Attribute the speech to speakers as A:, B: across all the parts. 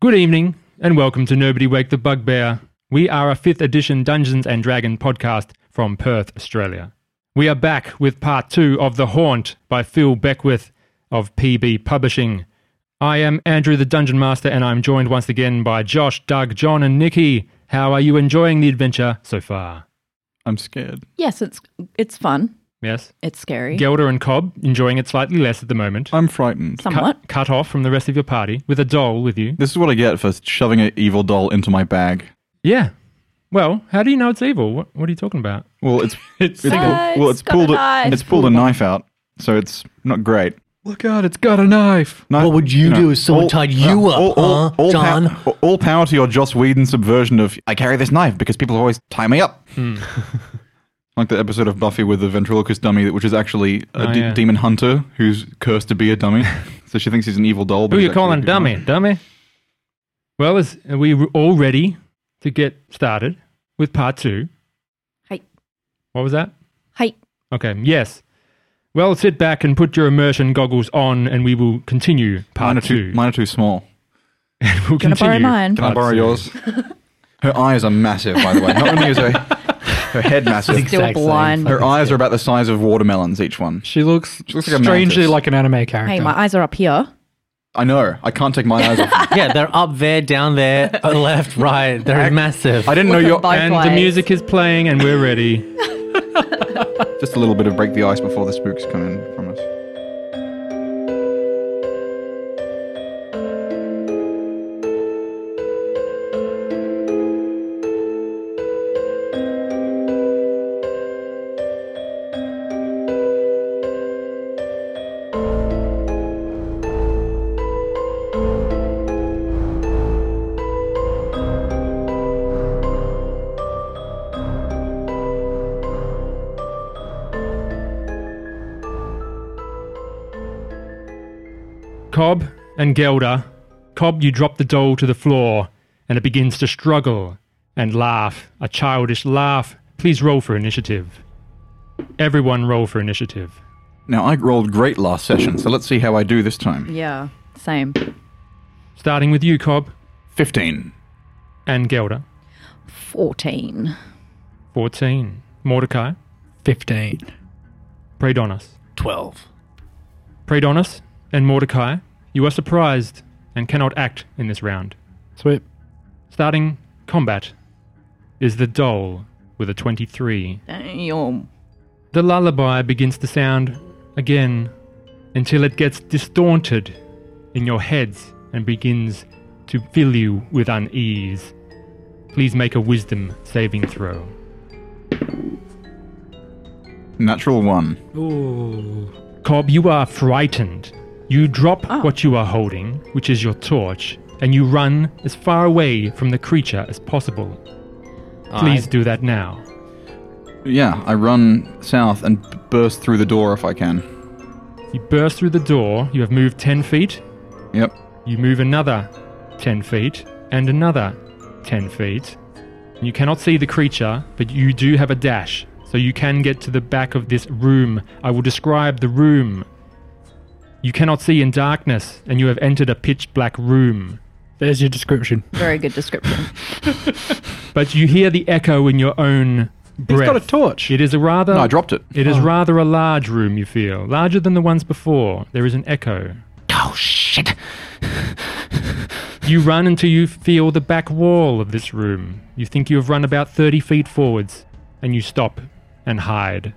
A: Good evening, and welcome to Nobody Wake the Bugbear. We are a fifth edition Dungeons and Dragon podcast from Perth, Australia. We are back with part two of The Haunt by Phil Beckwith of PB Publishing. I am Andrew the Dungeon Master, and I'm joined once again by Josh, Doug, John, and Nikki. How are you enjoying the adventure so far?
B: I'm scared.
C: Yes, it's it's fun.
A: Yes.
C: It's scary.
A: Gelder and Cobb enjoying it slightly less at the moment.
B: I'm frightened.
C: Somewhat.
A: Cut, cut off from the rest of your party with a doll with you.
B: This is what I get for shoving an evil doll into my bag.
A: Yeah. Well, how do you know it's evil? What, what are you talking about?
B: Well, it's it's,
C: evil.
B: well,
C: It's
B: it's
C: got a
B: pulled
C: knife.
B: it's pulled a knife out, so it's not great.
D: Look out, it's got a knife.
B: Knife-
E: What would you
B: know,
E: do if someone tied you up, huh,
B: all
E: John?
B: pow- all power to your Joss Whedon subversion of I carry this knife because people always tie me up. like the episode of Buffy with the ventriloquist dummy, that- which is actually a
A: Oh,
B: de-
A: yeah.
B: demon hunter who's cursed to be a dummy. so she thinks he's an evil doll. But
A: Who
B: he's
A: you calling
B: actually a
A: dummy?
B: human.
A: Dummy? Well, is, are we r- all ready to get started with part two?
C: Hey.
A: What was that?
C: Hey,
A: Okay, yes. Well, sit back and put your immersion goggles on, and we will continue part
B: Mine are
A: two.
B: too, mine are too small.
A: we'll
C: Gonna borrow mine.
B: Can I
A: part
B: borrow
A: two.
B: yours? Her eyes are massive, by the way. Not only is her her head massive,
E: Exact same
C: blind.
E: fucking
B: her eyes are
E: shit.
B: about the size of watermelons. Each one.
D: She looks,
B: looks like a
D: strangely
B: mantis.
D: like an anime character.
C: hey, my eyes are up here.
B: I know. I can't take my eyes off.
E: Yeah, they're up there, down there, uh, left, right. They're massive.
B: I didn't know
C: Look at
B: your
C: both
A: And the
C: ways.
A: music is playing, and we're ready.
B: just a little bit of break the ice before the spooks come in from us.
A: Cobb and Gelder. Cobb, you drop the doll to the floor, and it begins to struggle and laugh, a childish laugh. Please roll for initiative. Everyone roll for initiative.
B: Now I rolled great last session, so let's see how I do this time.
C: Yeah, same.
A: Starting with you, Cobb,
B: Fifteen.
A: and Gelder.
C: 14.
A: 14. Mordecai,
D: 15.
A: Predonis.
E: 12.
A: Predonis and Mordecai, you are surprised and cannot act in this round.
D: Sweet.
A: Starting combat is the doll with a 23.
C: Damn.
A: The lullaby begins to sound again until it gets distorted in your heads and begins to fill you with unease. Please make a wisdom saving throw.
B: Natural one.
D: Ooh.
A: Cobb, you are frightened. You drop what you are holding, which is your torch, and you run as far away from the creature as possible. Please do that now.
B: Yeah, I run south and b- burst through the door if I can.
A: You burst through the door, you have moved 10 feet,
B: Yep.
A: You move another 10 feet and another 10 feet. You cannot see the creature, but you do have a dash, so you can get to the back of this room. I will describe the room. You cannot see in darkness, and you have entered a pitch black room.
D: There's your description.
C: Very good description.
A: But you hear the echo in your own breath.
D: He's got a torch.
A: It is a rather.
B: No, I dropped it.
A: It is rather a large room, you feel. Larger than the ones before. There is an echo.
E: Oh, shit.
A: You run until you feel the back wall of this room. You think you have run about 30 feet forwards, and you stop and hide.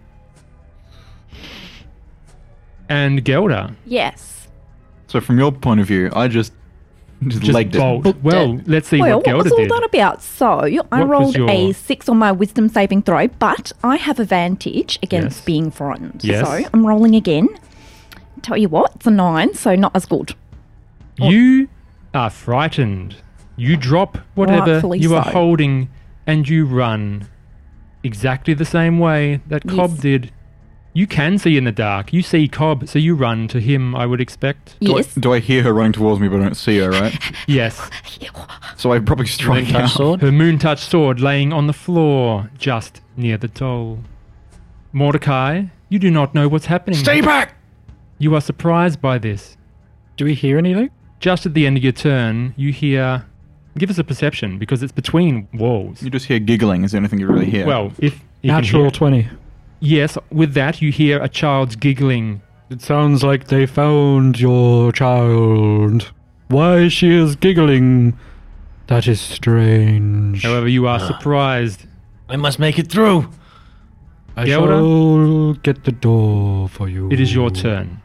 A: And Gelda
C: yes.
B: So from your point of view, I just just,
A: just
B: legged
A: bolt.
B: it.
A: Well, let's see
C: well,
A: what Gelda
C: what was all
A: did.
C: that about? So, you, I
A: What was
C: rolled a
A: your-
C: 6 on my wisdom saving throw, but I have advantage against
A: Yes.
C: being frightened.
A: Yes.
C: So, I'm rolling again. Tell you what, it's a 9, so not as good.
A: You are frightened. You drop whatever
C: Rightfully
A: you are
C: so.
A: holding, and you run exactly the same way that Cobb
C: Yes.
A: did. You can see in the dark. You see Cobb, so you run to him, I would expect.
B: Do I-
C: Yes.
B: Do I, hear her running towards me, but I don't see her? Right.
A: Yes.
B: so I probably strike
E: Touch
B: out.
E: sword.
A: Her moon touched sword laying on the floor just near the doll. Mordecai, you do not know what's happening.
B: Stay back.
A: You are surprised by this.
D: Do we hear anything?
A: Just at the end of your turn, you hear. Give us a perception because it's between walls.
B: You just hear giggling. Is the only thing you really hear?
A: Well, if you can hear
D: Natural
A: it.
D: 20.
A: yes, with that you hear a child's giggling.
D: It sounds like they found your child. Why she is giggling? That is strange.
A: However, you are surprised.
E: I must make it through.
D: I
A: Gilda?
D: shall get the door for you.
A: It is your turn.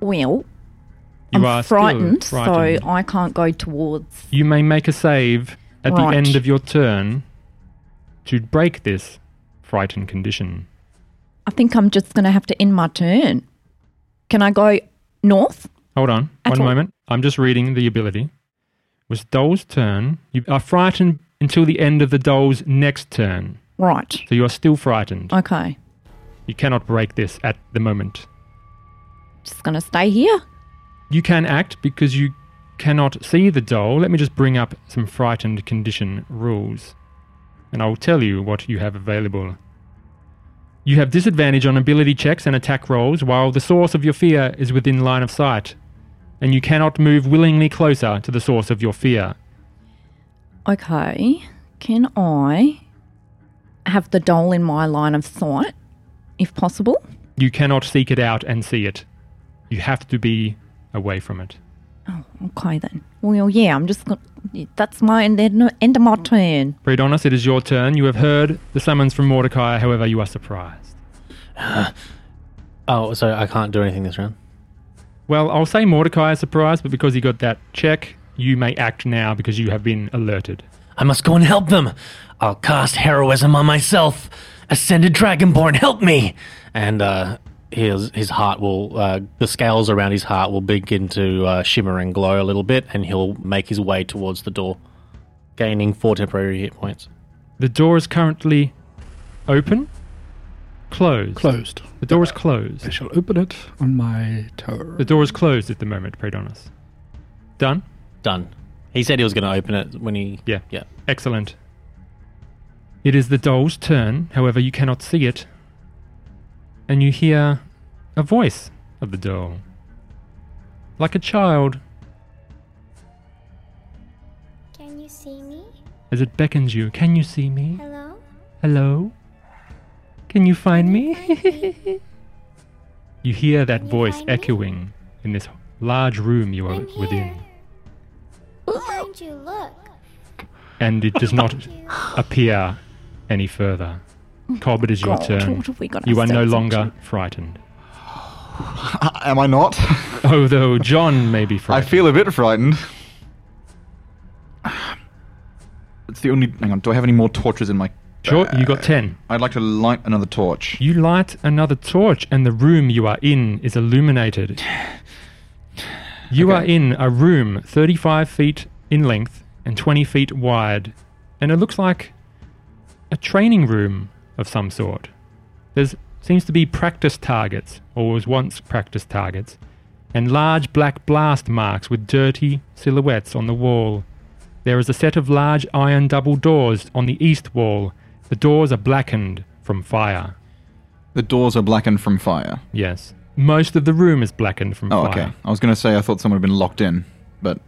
C: Well,
A: You
C: I'm
A: are still
C: frightened,
A: frightened.
C: so I can't go towards.
A: You may make a save at
C: Right.
A: the end of your turn to break this frightened condition.
C: I think I'm just going to have to end my turn. Can I go north?
A: Hold on,
C: At
A: one
C: all.
A: moment. I'm just reading the ability. Was Dole's turn. You are frightened until the end of the Dole's next turn.
C: Right.
A: So you are still frightened.
C: Okay.
A: You cannot break this at the moment.
C: Just going to stay here.
A: You can act because you cannot see the doll. Let me just bring up some frightened condition rules. And I'll tell you what you have available. You have disadvantage on ability checks and attack rolls while the source of your fear is within line of sight. And you cannot move willingly closer to the source of your fear.
C: Okay. Can I have the doll in my line of sight, if possible?
A: You cannot seek it out and see it. You have to be away from it.
C: Okay then. Well, yeah. I'm just. Gonna, that's my end, end of my turn.
A: Breedonis, it is your turn. You have heard the summons from Mordecai, however, you are surprised.
E: Oh, so I can't do anything this round.
A: Well, I'll say Mordecai is surprised, but because he got that check, you may act now because you have been alerted.
E: I must go and help them. I'll cast heroism on myself. Ascended Dragonborn, help me! And uh, his his heart will uh, the scales around his heart will begin to uh, shimmer and glow a little bit, and he'll make his way towards the door, gaining four temporary hit points.
A: The door is currently open, closed.
D: Closed.
A: The door is
D: I
A: closed.
D: shall open it on my turn.
A: The door is closed at the moment, Predonis. Done?
E: Done. He said he was going to open it when he
A: Yeah.
E: yeah.
A: Excellent. It is the doll's turn, however, you cannot see it. And you hear a voice of the doll. Like a child,
F: Can you see me?
A: as it beckons you. Can you see me?
F: Hello?
A: Hello? Can you find me? you hear that
F: Can you
A: voice
F: find me?
A: echoing in this large room you are
F: I'm here.
A: within,
F: Behind you, look.
A: and it does not
F: You.
A: appear any further. Cobb, it is your
C: God,
A: turn.
C: what have we got
A: You are no
C: ourselves
A: longer
C: into?
A: frightened.
B: Uh, Am I not?
A: Although John may be
B: I
A: frightened.
B: feel a bit frightened. It's the only. Hang on. Do I have any more torches in my?
A: Sure, you got
B: bag?
A: 10.
B: I'd like to light another torch.
A: You light another torch, and the room you are in is illuminated. You are
B: Okay.
A: in a room 35 feet in length and 20 feet wide, and it looks like a training room of some sort. There's seems to be practice targets, or was once practice targets, and large black blast marks with dirty silhouettes on the wall. There is a set of large iron double doors on the east wall. The doors are blackened from fire.
B: The doors are blackened from fire.
A: Yes. Most of the room is blackened from
B: Oh,
A: fire.
B: okay. I was going to say I thought someone had been locked in, but.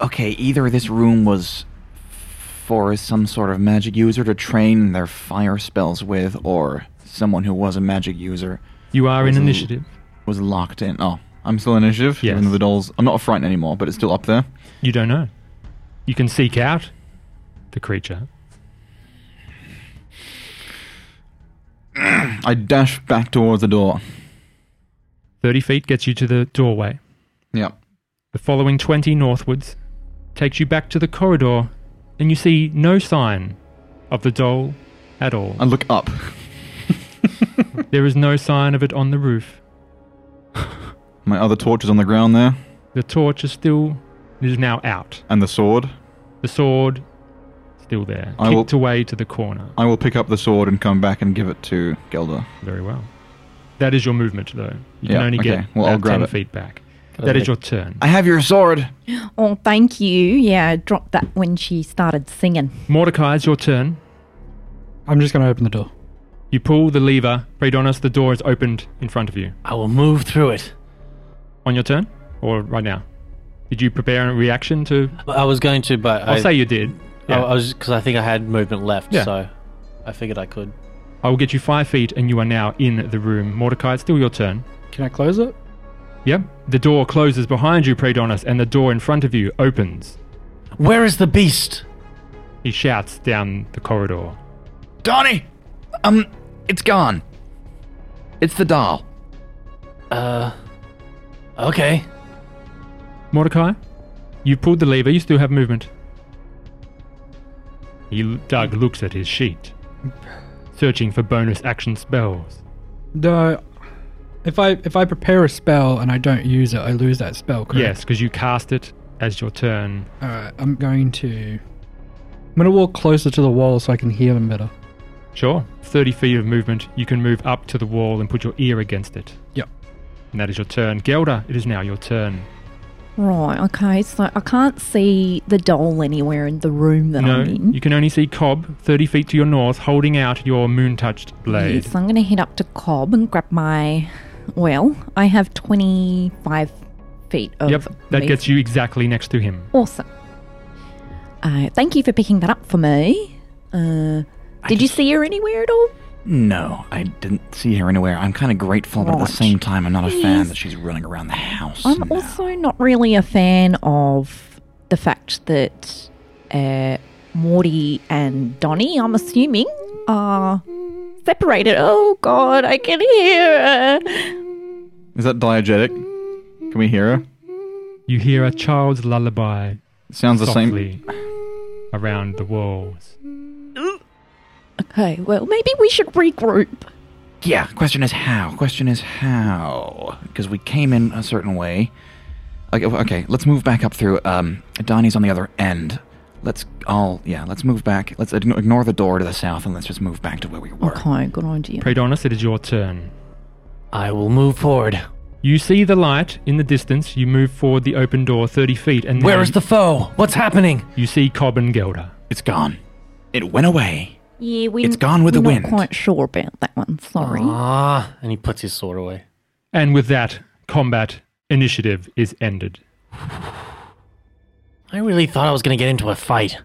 B: Okay, either this room was for some sort of magic user to train their fire spells with, or someone who was a magic user
A: You are in
B: There's a-
A: initiative.
B: was locked in. Oh, I'm still in initiative.
A: Yes.
B: Even though the dolls. I'm not frightened anymore, but it's still up there.
A: You don't know. You can seek out the creature.
B: I dash back towards the door.
A: 30 feet gets you to the doorway.
B: Yeah.
A: The following 20 northwards takes you back to the corridor, and you see no sign of the doll at all.
B: I look up.
A: there is no sign of it on the roof.
B: My other torch is on the ground there,
A: The torch is still. It is now out.
B: and the sword.
A: The sword, still there.
B: I will-
A: kicked away to the corner.
B: I will pick up the sword and come back and give it to Gelda.
A: Very well. That is your movement, though. You can
B: Yeah,
A: only
B: okay.
A: get
B: Well, I'll
A: about
B: grab
A: 10
B: it.
A: feet back. That is your turn.
B: I have your sword.
C: Oh, thank you. Yeah, I dropped that when she started singing.
A: Mordecai, it's your turn.
D: I'm just going to open the door.
A: You pull the lever. Predonis, the door is opened in front of you.
E: I will move through it.
A: On your turn? or right now? Did you prepare a reaction to?
E: I was going to, but
A: I'll say you did.
E: I,
A: Yeah.
E: I was because I think I had movement left,
A: Yeah.
E: so I figured I could.
A: I will get you five feet, and you are now in the room. Mordecai, it's still your turn.
D: Can I close it?
A: Yep. The door closes behind you, Predonis, and the door in front of you opens.
E: Where is the beast?
A: He shouts down the corridor.
B: Donnie! Um, it's gone. It's the doll.
E: Uh, okay.
A: Mordecai, you pulled the lever. You still have movement. He, Doug looks at his sheet, searching for bonus action spells.
D: No. If I if I prepare a spell and I don't use it, I lose that spell. Correct?
A: Yes, because you cast it as your turn.
D: All right. I'm going to. I'm gonna walk closer to the wall so I can hear them better.
A: Sure, 30 feet of movement. You can move up to the wall and put your ear against it.
D: Yep.
A: And that is your turn. Gelda, it is now your turn.
C: Right, okay, so I can't see the doll anywhere in the room that
A: no,
C: I'm in.
A: you can only see Cobb 30 feet to your north holding out your moon touched blade.
C: Yes, I'm going to head up to Cobb and grab my. Well, I have 25 feet of.
A: Yep, that
C: movement.
A: gets you exactly next to him.
C: Awesome. Uh, thank you for picking that up for me. Uh, did you see her anywhere at all?
B: No, I didn't see her anywhere. I'm kind of grateful, but at
C: Right.
B: the same time, I'm not a fan
C: Yes.
B: that she's running around the house.
C: I'm
B: now.
C: also not really a fan of the fact that uh, Morty and Donnie, I'm assuming, are separated. Oh God, I can hear her.
B: Is that diegetic? Can we hear her?
A: You hear a child's lullaby
B: Sounds the same.
A: softly around the walls.
C: Okay, well maybe we should regroup.
B: Yeah. Question is how. Question is how. Because we came in a certain way. Okay, w- okay. Let's move back up through. Um, Donnie's on the other end. Let's all. Yeah. Let's move back. Let's ign- ignore the door to the south and let's just move back to where we were.
C: Okay, good idea.
A: Predonis, it is your turn.
E: I will move forward.
A: You see the light in the distance. You move forward the open door 30 feet, and
E: Where
A: then
E: is the foe? What's happening?
A: you see Cobb and Gelda.
B: It's gone. It went away.
C: Yeah, we.
B: It's gone with
C: we're
B: the
C: not
B: wind.
C: Quite sure about that one. Sorry.
E: Ah, and he puts his sword away.
A: And with that, combat initiative is ended.
E: I really thought I was going to get into a fight.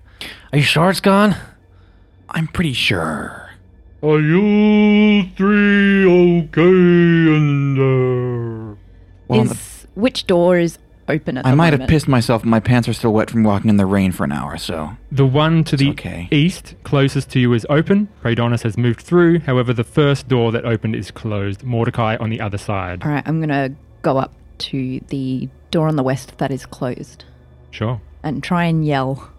E: Are you sure it's gone?
B: I'm pretty sure.
D: Are you three okay in there?
B: Well, the-
C: is which door is open at
B: I
C: the
B: might
C: moment?
B: have pissed myself. My pants are still wet from walking in the rain for an hour, so.
A: The one to the
B: okay.
A: east closest to you is open. Predonis has moved through. However, the first door that opened is closed. Mordecai on the other side.
B: Uh,
C: All right, I'm gonna go up to the door on the west that is closed
A: Sure.
C: and try and yell.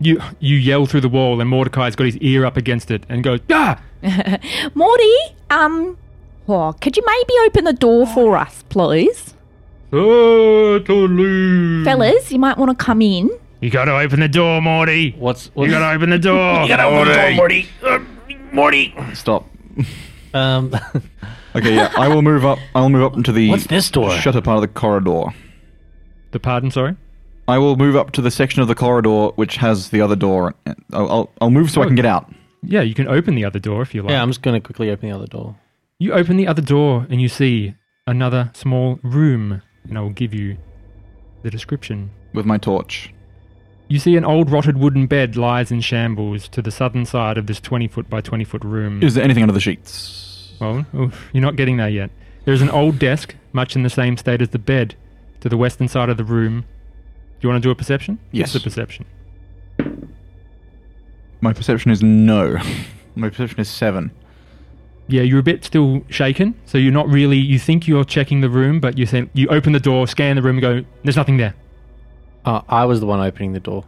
A: You you yell through the wall, and Mordecai's got his ear up against it and goes, Ah!
C: Morty, um, oh, could you maybe open the door for us, please?
A: Certainly.
C: Fellas, you might want to come in.
A: You gotta open the door, Morty.
E: What's what's
A: open the door.
E: Morty? Morty.
B: Stop.
E: Um,
B: Okay, yeah. I will move up. I'll move up into the.
E: what's this door?
B: Shutter part of the corridor.
A: The pardon, sorry.
B: I will move up to the section of the corridor which has the other door. I'll, I'll, I'll move so I can get out.
A: Yeah, you can open the other door if you like.
E: Yeah, I'm just going to quickly open the other door.
A: You open the other door and you see another small room, and I will give you the description.
B: With my torch.
A: You see an old rotted wooden bed lies in shambles to the southern side of this 20 foot by 20 foot room.
B: Is there anything under the sheets?
A: well, oof, you're not getting there yet. There's an old desk, much in the same state as the bed, to the western side of the room. Do you want to do a perception?
B: Yes.
A: It's a perception.
B: My perception is no. my perception is seven.
A: Yeah, you're a bit still shaken, so you're not really. You think you're checking the room, but you think you open the door, scan the room, and go, "There's nothing there."
E: Uh, I was the one opening the door.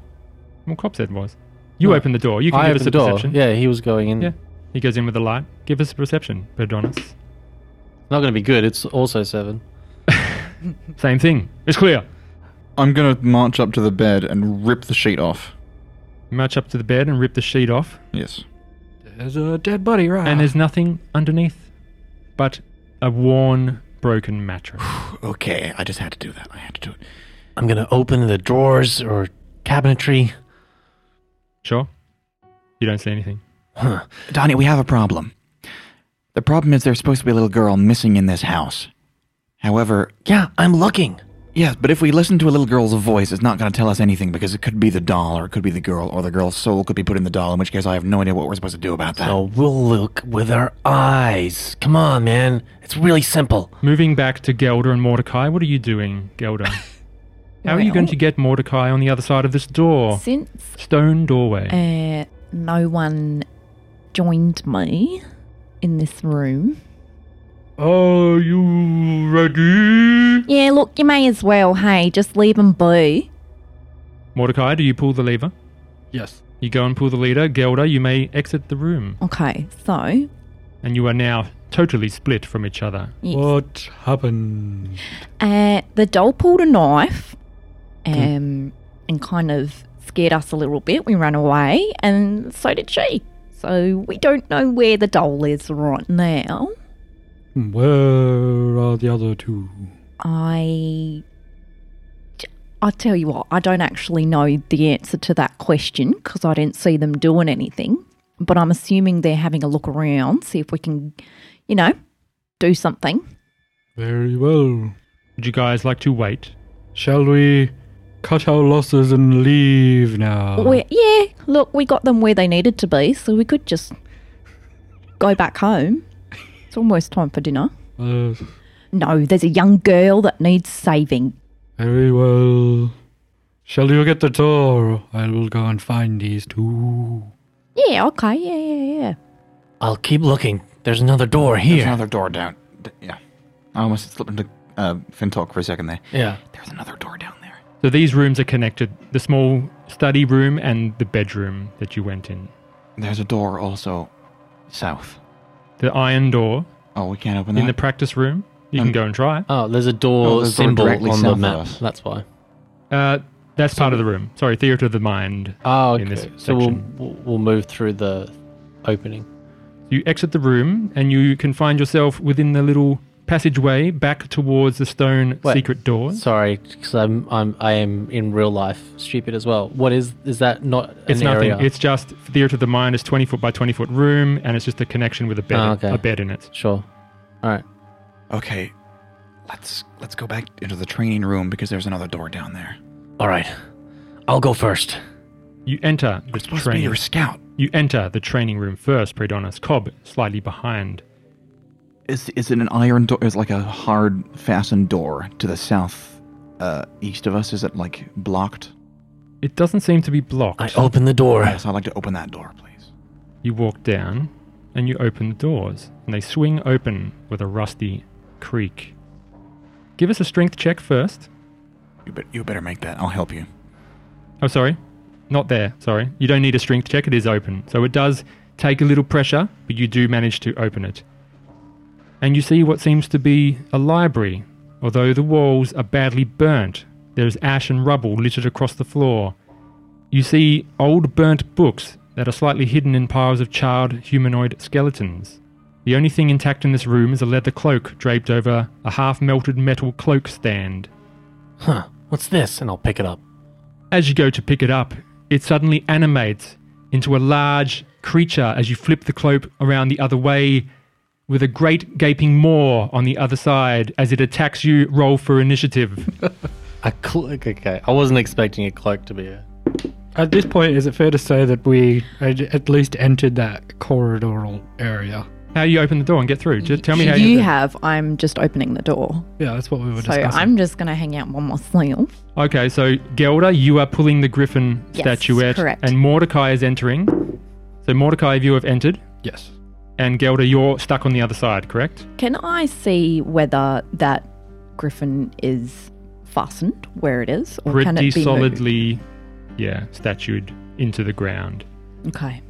A: Well, Cobb said was. You
E: Oh.
A: open the door. You can
E: I
A: give
E: opened
A: us a
E: the door.
A: perception.
E: Yeah, he was going in.
A: Yeah. He goes in with the light. Give us a perception, Perdonis.
E: Not going to be good. It's also seven.
A: Same thing. It's clear.
B: I'm gonna march up to the bed and rip the sheet off.
A: You march up to the bed and rip the sheet off,
B: Yes.
D: There's a dead body, right?
E: Ah.
A: and there's nothing underneath but a worn, broken mattress.
B: Okay, I just had to do that. I had to do it.
E: I'm going to open the drawers or cabinetry.
A: sure. You don't see anything.
B: Donnie, we have a problem. The problem is there's supposed to be a little girl missing in this house. However,
E: Yeah, I'm looking.
B: Yes, but if we listen to a little girl's voice, it's not going to tell us anything because it could be the doll, or it could be the girl, or the girl's soul could be put in the doll. In which case, I have no idea what we're supposed to do about that.
E: So we'll look with our eyes. Come on, man. It's really simple.
A: Moving back to Gelder and Mordecai, what are you doing, Gelder? How are you going to get Mordecai on the other side of this door?
C: Since
A: Stone doorway.
C: uh, no one joined me in this room.
A: Oh.
D: Are you ready?
C: Yeah, look, you may as well. Hey, just leave them be.
A: Mordecai, do you pull the lever?
D: Yes.
A: You go and pull the lever. Gelder, you may exit the room.
C: Okay, so
A: And you are now totally split from each other.
C: yes.
D: What happened?
C: Uh, the doll pulled a knife um, and kind of scared us a little bit. We ran away, and so did she. So we don't know where the doll is right now.
D: Where are the other two?
C: I. I tell you what, I don't actually know the answer to that question because I didn't see them doing anything. But I'm assuming they're having a look around, see if we can, you know, do something.
D: Very well.
A: Would you guys like to wait?
D: Shall we cut our losses and leave now?
A: Uh-huh.
C: we yeah, look, we got them where they needed to be, so we could just go back home. It's almost time for dinner.
D: Uh,
C: No, there's a young girl that needs saving.
D: very well. Shall you get the door? I will go and find these two.
C: Yeah, okay, yeah, yeah, yeah.
E: I'll keep looking. There's another door
B: There's
E: here.
B: another door down. D- yeah, I almost slipped into uh, Fintalk for a second there.
E: Yeah.
B: There's another door down there.
A: So these rooms are connected the small study room and the bedroom that you went in.
B: There's a door also south.
A: The iron door
B: Oh, we can't open
A: in the
B: that.
A: practice room. You can
B: Um,
A: go and try.
E: Oh, there's a door
B: Oh, there's a door
E: symbol
B: directly
E: on
B: south
E: the
B: of
E: map.
B: us.
E: That's why.
A: Uh, that's part of the room. Sorry, theater of the mind.
E: Oh,
A: In this
E: okay. So we'll
A: section.
E: we'll we'll move through the opening.
A: You exit the room and you can find yourself within the little passageway back towards the stone
E: Wait.
A: secret door.
E: Sorry, because I'm I'm I am in real life stupid as well. What is is that not? An
A: It's nothing.
E: Area?
A: It's just theater of the mind is twenty foot by twenty foot room, and it's just a connection with a bed,
E: Ah, okay.
A: a bed in it.
E: sure. All right.
B: Okay, let's let's go back into the training room because there's another door down there.
E: All right. I'll go first.
A: You enter the
B: It's supposed to be
A: training.
B: your scout.
A: You enter the training room first, Predonis. Cobb slightly behind.
B: Is is it an iron door? Is it like a hard fastened door to the south uh, east of us? Is it like blocked?
A: It doesn't seem to be blocked.
E: I open the door.
B: Yes, I'd like to open that door, please.
A: You walk down and you open the doors, and they swing open with a rusty creak. Give us a strength check first.
B: You, bet you better make that. I'll help you.
A: Oh, sorry. Not there. Sorry. You don't need a strength check. It is open. So it does take a little pressure, but you do manage to open it. And you see what seems to be a library. Although the walls are badly burnt, there is ash and rubble littered across the floor. You see old burnt books that are slightly hidden in piles of charred humanoid skeletons. The only thing intact in this room is a leather cloak draped over a half melted metal cloak stand.
E: Huh? What's this? And I'll pick it up.
A: As you go to pick it up, it suddenly animates into a large creature as you flip the cloak around the other way, with a great gaping maw on the other side. As it attacks you, roll for initiative.
E: A cloak. Okay. I wasn't expecting a cloak to be a.
G: At this point, is it fair to say that we had at least entered that corridoral area?
A: how do you open the door and get through? Just tell me how
C: you
A: you.
C: have. I'm just opening the door.
G: Yeah, that's what we were
C: So
G: discussing.
C: I'm just going to hang out by myself.
A: Okay, so Gelda, you are pulling the griffin
C: Yes,
A: statuette,
C: correct.
A: and Mordecai is entering. So Mordecai, you have entered,
G: yes.
A: and Gelda, you're stuck on the other side, correct?
C: Can I see whether that griffin is fastened where it is? Or can
A: Pretty
C: it be moved?
A: solidly, yeah, statued into the ground.
C: Okay.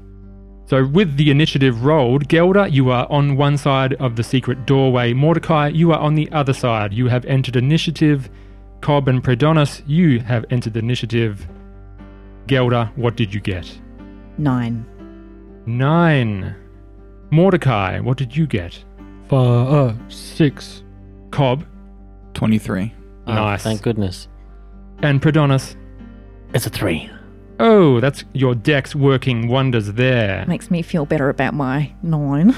A: So, with the initiative rolled, Gelder, you are on one side of the secret doorway. Mordecai, you are on the other side. You have entered initiative. Cobb and Predonis, you have entered initiative. Gelder, what did you get?
C: Nine.
A: Nine. Mordecai, what did you get?
D: Five, uh, six.
A: Cobb
B: Twenty three.
E: Oh,
A: Nice.
E: Thank goodness.
A: and Predonis.
E: It's a three.
A: Oh, that's your dex working wonders there.
C: Makes me feel better about my nine.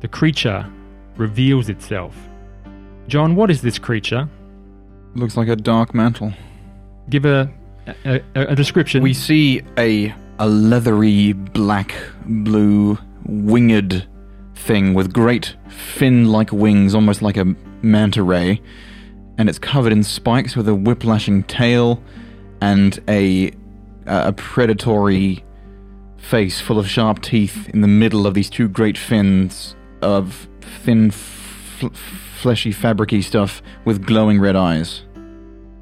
A: The creature reveals itself. John, what is this creature?
B: Looks like a dark mantle.
A: Give a a, a, a description.
B: We see a a leathery black blue winged thing with great fin-like wings, almost like a manta ray, and it's covered in spikes with a whiplashing tail and a a predatory face full of sharp teeth in the middle of these two great fins of thin f- fleshy fabricy stuff with glowing red eyes.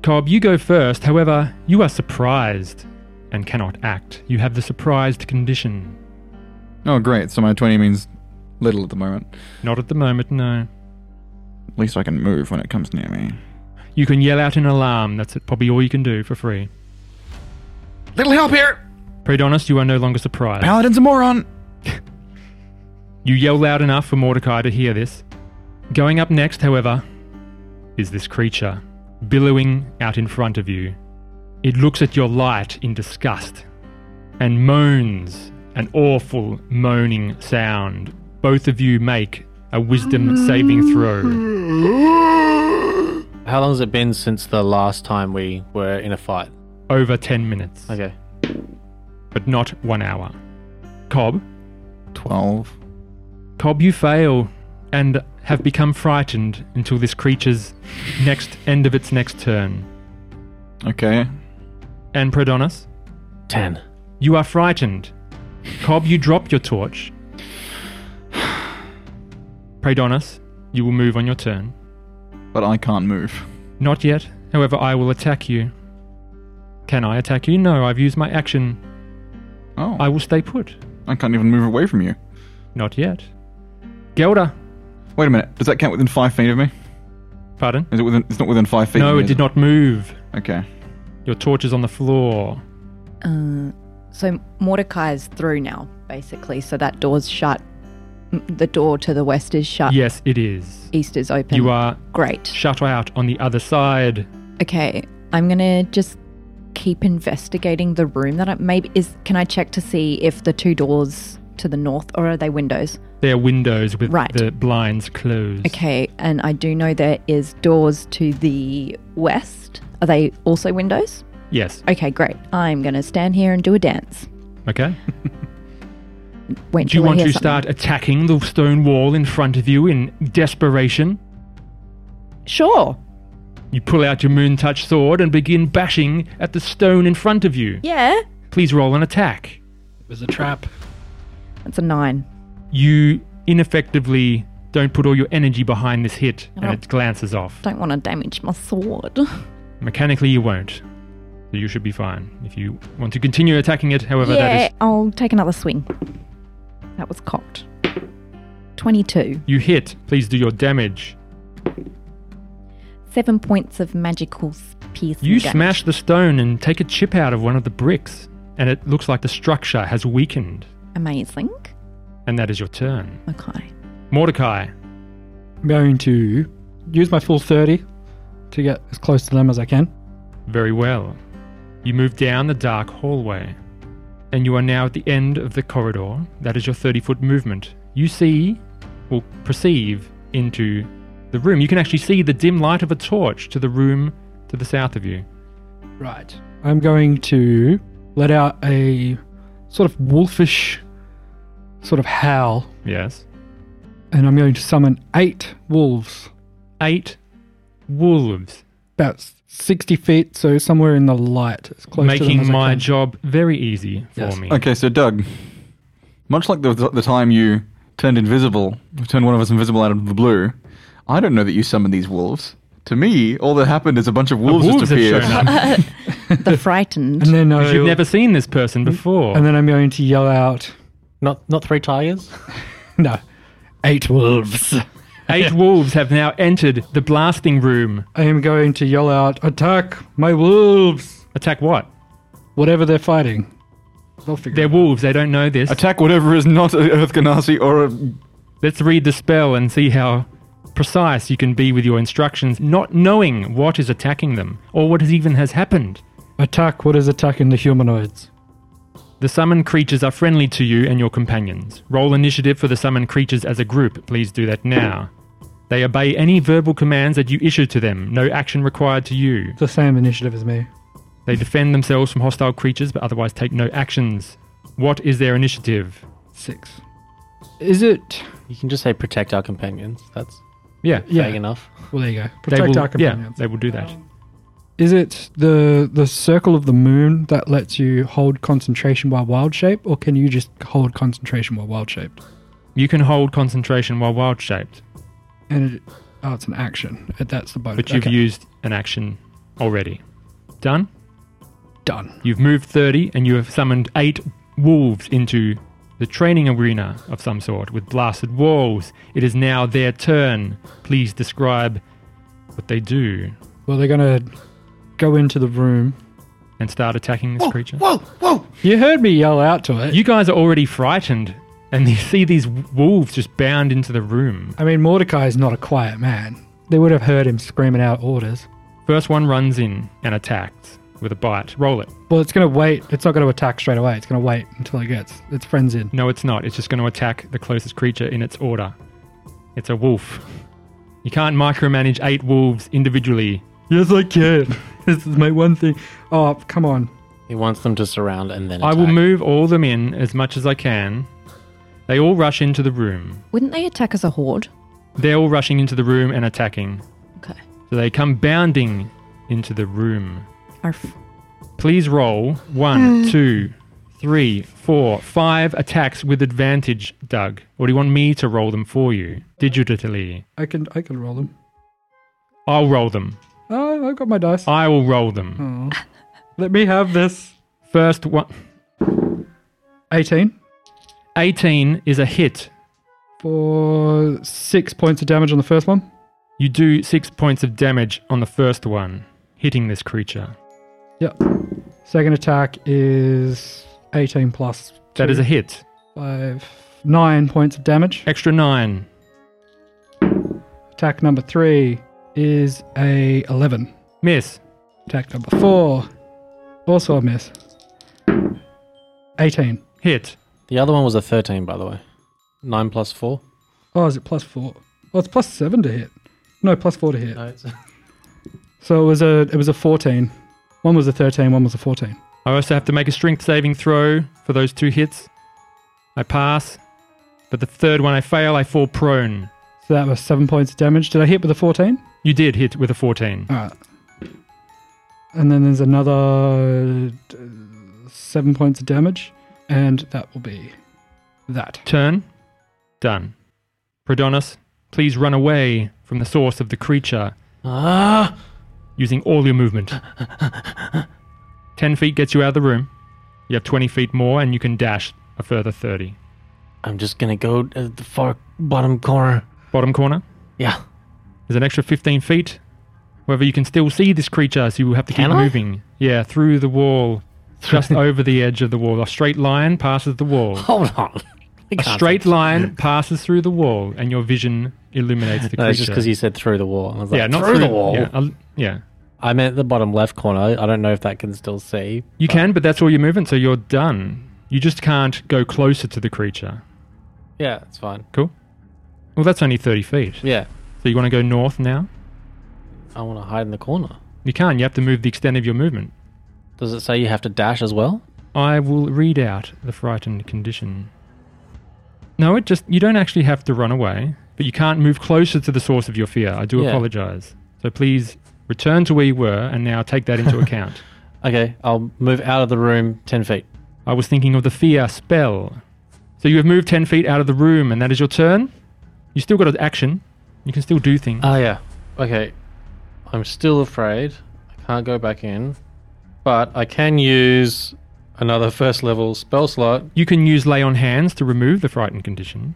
A: Cobb, you go first. However, you are surprised and cannot act. You have the surprised condition.
B: Oh great, so my 20 means little at the moment.
A: Not at the moment, no.
B: At least I can move when it comes near me.
A: You can yell out an alarm. That's probably all you can do for free.
B: Little help here!
A: Predonis, you are no longer surprised.
B: Paladin's a moron!
A: You yell loud enough for Mordecai to hear this. Going up next, however, is this creature, billowing out in front of you. It looks at your light in disgust and moans an awful moaning sound. Both of you make a wisdom saving throw.
E: How long has it been since the last time we were in a fight?
A: Over 10 minutes,
E: Okay.
A: but not one hour. Cobb,
B: 12.
A: Cobb, you fail and have become frightened until this creature's next end of its next turn.
B: Okay.
A: And Prodonis,
E: Ten.
A: you are frightened. Cobb, you drop your torch. Prodonis, you will move on your turn.
B: But I can't move.
A: Not yet. However, I will attack you. Can I attack you? No, I've used my action.
B: Oh,
A: I will stay put.
B: I can't even move away from you.
A: Not yet. Gelda,
B: Wait a minute. Does that count within five feet of me?
A: pardon?
B: Is it within? It's not within five feet.
A: No,
B: of me,
A: it
B: is
A: did not move.
B: Okay.
A: Your torch is on the floor.
C: Uh, so Mordecai's through now, basically. So that door's shut. M- The door to the west is shut.
A: Yes, it is.
C: East is open.
A: You are
C: Great.
A: shut out on the other side.
C: Okay. I'm going to just keep investigating the room that I maybe is. Can I check to see if the two doors to the north or are they windows?
A: There are windows with
C: Right.
A: the blinds closed.
C: Okay. And I do know there is doors to the west. Are they also windows?
A: Yes.
C: Okay, great. I'm going to stand here and do a dance.
A: Okay.
C: Wait
A: Do you
C: till I
A: want
C: hear
A: to
C: something.
A: start attacking the stone wall in front of you in desperation?
C: Sure.
A: You pull out your moon touch sword and begin bashing at the stone in front of you.
C: Yeah.
A: Please roll an attack.
G: There's a trap.
C: That's a nine.
A: You ineffectively don't put all your energy behind this hit and
C: Oh.
A: it glances off.
C: Don't want to damage my sword.
A: Mechanically, you won't. So you should be fine. If you want to continue attacking it, however,
C: yeah,
A: that is.
C: I'll take another swing. That was cocked. 22.
A: You hit. Please do your damage.
C: Seven points of magical s- piercing.
A: You
C: damage.
A: smash the stone and take a chip out of one of the bricks, and it looks like the structure has weakened.
C: Amazing.
A: And that is your turn.
C: Okay.
A: Mordecai,
G: I'm going to use my full 30 to get as close to them as I can.
A: Very well. You move down the dark hallway, and you are now at the end of the corridor. That is your 30 foot movement. You see, or perceive, into the room. You can actually see the dim light of a torch to the room to the south of you.
G: Right. I'm going to let out a sort of wolfish sort of howl,
A: Yes.
G: and I'm going to summon eight wolves,
A: Eight wolves,
G: about 60 feet, so somewhere in the light, as close to them
A: making
G: as I
A: my
G: can.
A: job very easy for
G: Yes.
A: me.
B: Okay, so Doug, much like the the time you turned invisible, turned one of us invisible out of the blue, I don't know that you summoned these wolves. To me, all that happened is a bunch of wolves,
A: wolves
B: just
A: have
B: appeared.
A: shown
C: The frightened.
G: And then I
A: You've never seen this person before.
G: Mm. and then I'm going to yell out,
E: Not not three tigers.
G: no, eight wolves.
A: Eight wolves have now entered the blasting room.
G: I am going to yell out, attack my wolves,
A: Attack what?
G: whatever they're fighting. They'll figure
A: They're
G: it
A: wolves. They don't know this.
B: Attack whatever is not an Earth Ganassi or a
A: Let's read the spell and see how precise you can be with your instructions, not knowing what is attacking them or what has even has happened.
G: out. Attack what is attacking the humanoids.
A: The summoned creatures are friendly to you and your companions. Roll initiative for the summoned creatures as a group. Please do that now. They obey any verbal commands that you issue to them, no action required to you.
G: The same initiative as me.
A: They defend themselves from hostile creatures but otherwise take no actions. What is their initiative?
G: Six. Is it?
E: You can just say protect our companions. That's
A: Yeah.
G: Yeah.
E: vague enough.
G: Well, there you go.
A: They
G: Protect
A: will,
G: our companions.
A: Yeah, they will do that.
G: Is it the the circle of the moon that lets you hold concentration while wild shape, or can you just hold concentration while wild shaped?
A: You can hold concentration while wild shaped,
G: And it, oh, it's an action. Uh, That's the bonus.
A: but you've
G: Okay,
A: used an action already. Done?
G: done.
A: You've moved 30 and you have summoned eight wolves into the training arena of some sort with blasted walls. It is now their turn. Please describe what they do
G: Well, they're gonna go into the room.
A: and start attacking this creature.
B: Whoa, whoa!
G: You heard me yell out to it.
A: You guys are already frightened and you see these wolves just bound into the room.
G: I mean, Mordecai is not a quiet man. They would have heard him screaming out orders.
A: First one runs in and attacks with a bite. Roll it.
G: Well, it's gonna wait. It's not gonna attack straight away. It's gonna wait until it gets its friends in.
A: No, it's not. It's just going to attack the closest creature in its order. It's a wolf. You can't micromanage eight wolves individually.
G: Yes, I can. this is my one thing. Oh, come on.
E: He wants them to surround and then.
A: I will
E: attack.
A: move all them in as much as I can. They all rush into the room.
C: Wouldn't they attack as a horde?
A: They're all rushing into the room and attacking.
C: Okay.
A: So they come bounding into the room.
C: Arf.
A: Please roll one, two, three, four, five attacks with advantage, Doug. Or do you want me to roll them for you digitally?
G: I can. I can roll them.
A: I'll roll them.
G: Oh, I've got my dice.
A: I will roll them.
G: Oh. Let me have this.
A: First one.
G: 18
A: 18 is a hit.
G: for six points of damage on the first one.
A: You do six points of damage on the first one, hitting this creature.
G: Second attack is 18 plus.
A: That
G: two,
A: is a hit.
G: Five, nine points of damage.
A: Extra nine.
G: Attack number three is a 11.
A: Miss.
G: Attack number four, also a miss. 18.
A: Hit.
E: The other one was a thirteen, by the way. Nine plus four.
G: Oh, is it plus four? Oh, it's plus seven to hit. No, plus four to hit.
E: No, it's-
G: So it was a it was a 14. One was a 13. One was a 14.
A: I also have to make a strength saving throw for those two hits. I pass, but the third one I fail, I fall prone.
G: So that was seven points of damage. Did I hit with a 14?
A: You did hit with a 14.
G: All right. And then there's another uh, seven points of damage, and that will be that.
A: Turn. Done. Prodonus, please run away from the source of the creature
E: Ah!
A: using all your movement. 10 feet gets you out of the room. You have 20 feet more, and you can dash a further 30.
E: I'm just gonna go to the far bottom corner.
A: Bottom corner.
E: Yeah.
A: There's an extra 15 feet. However, you can still see this creature, so you will have to
E: Can
A: keep
E: I?
A: moving. Yeah, through the wall, just over the edge of the wall. A straight line passes the wall.
E: Hold on. Oh, I
A: A
E: can't
A: straight
E: see.
A: line passes through the wall, and your vision illuminates the creature.
E: No, it's just because you said through the wall. I was like,
A: yeah, not
E: through, the wall.
A: Yeah, I'll- yeah.
E: I meant the bottom left corner. I don't know if that can still see.
A: you can, but that's all your movement, so you're done. You just can't go closer to the creature.
E: Yeah, it's fine.
A: Cool. Well, that's only 30 feet.
E: Yeah,
A: So you want to go north now?
E: I want to hide in the corner.
A: You can't. You have to move the extent of your movement.
E: Does it say you have to dash as well?
A: I will read out the frightened condition. No, it just you don't actually have to run away, but you can't move closer to the source of your fear. I do
E: Yeah.
A: apologize. So please return to where you were and now take that into account.
E: Okay, I'll move out of the room ten feet.
A: I was thinking of the fear spell. So you have moved 10 feet out of the room and that is your turn. You still got an action. You can still do things.
E: Oh yeah. Okay. I'm still afraid. I can't go back in, but I can use another first level spell slot
A: you can use lay on hands to remove the frightened condition.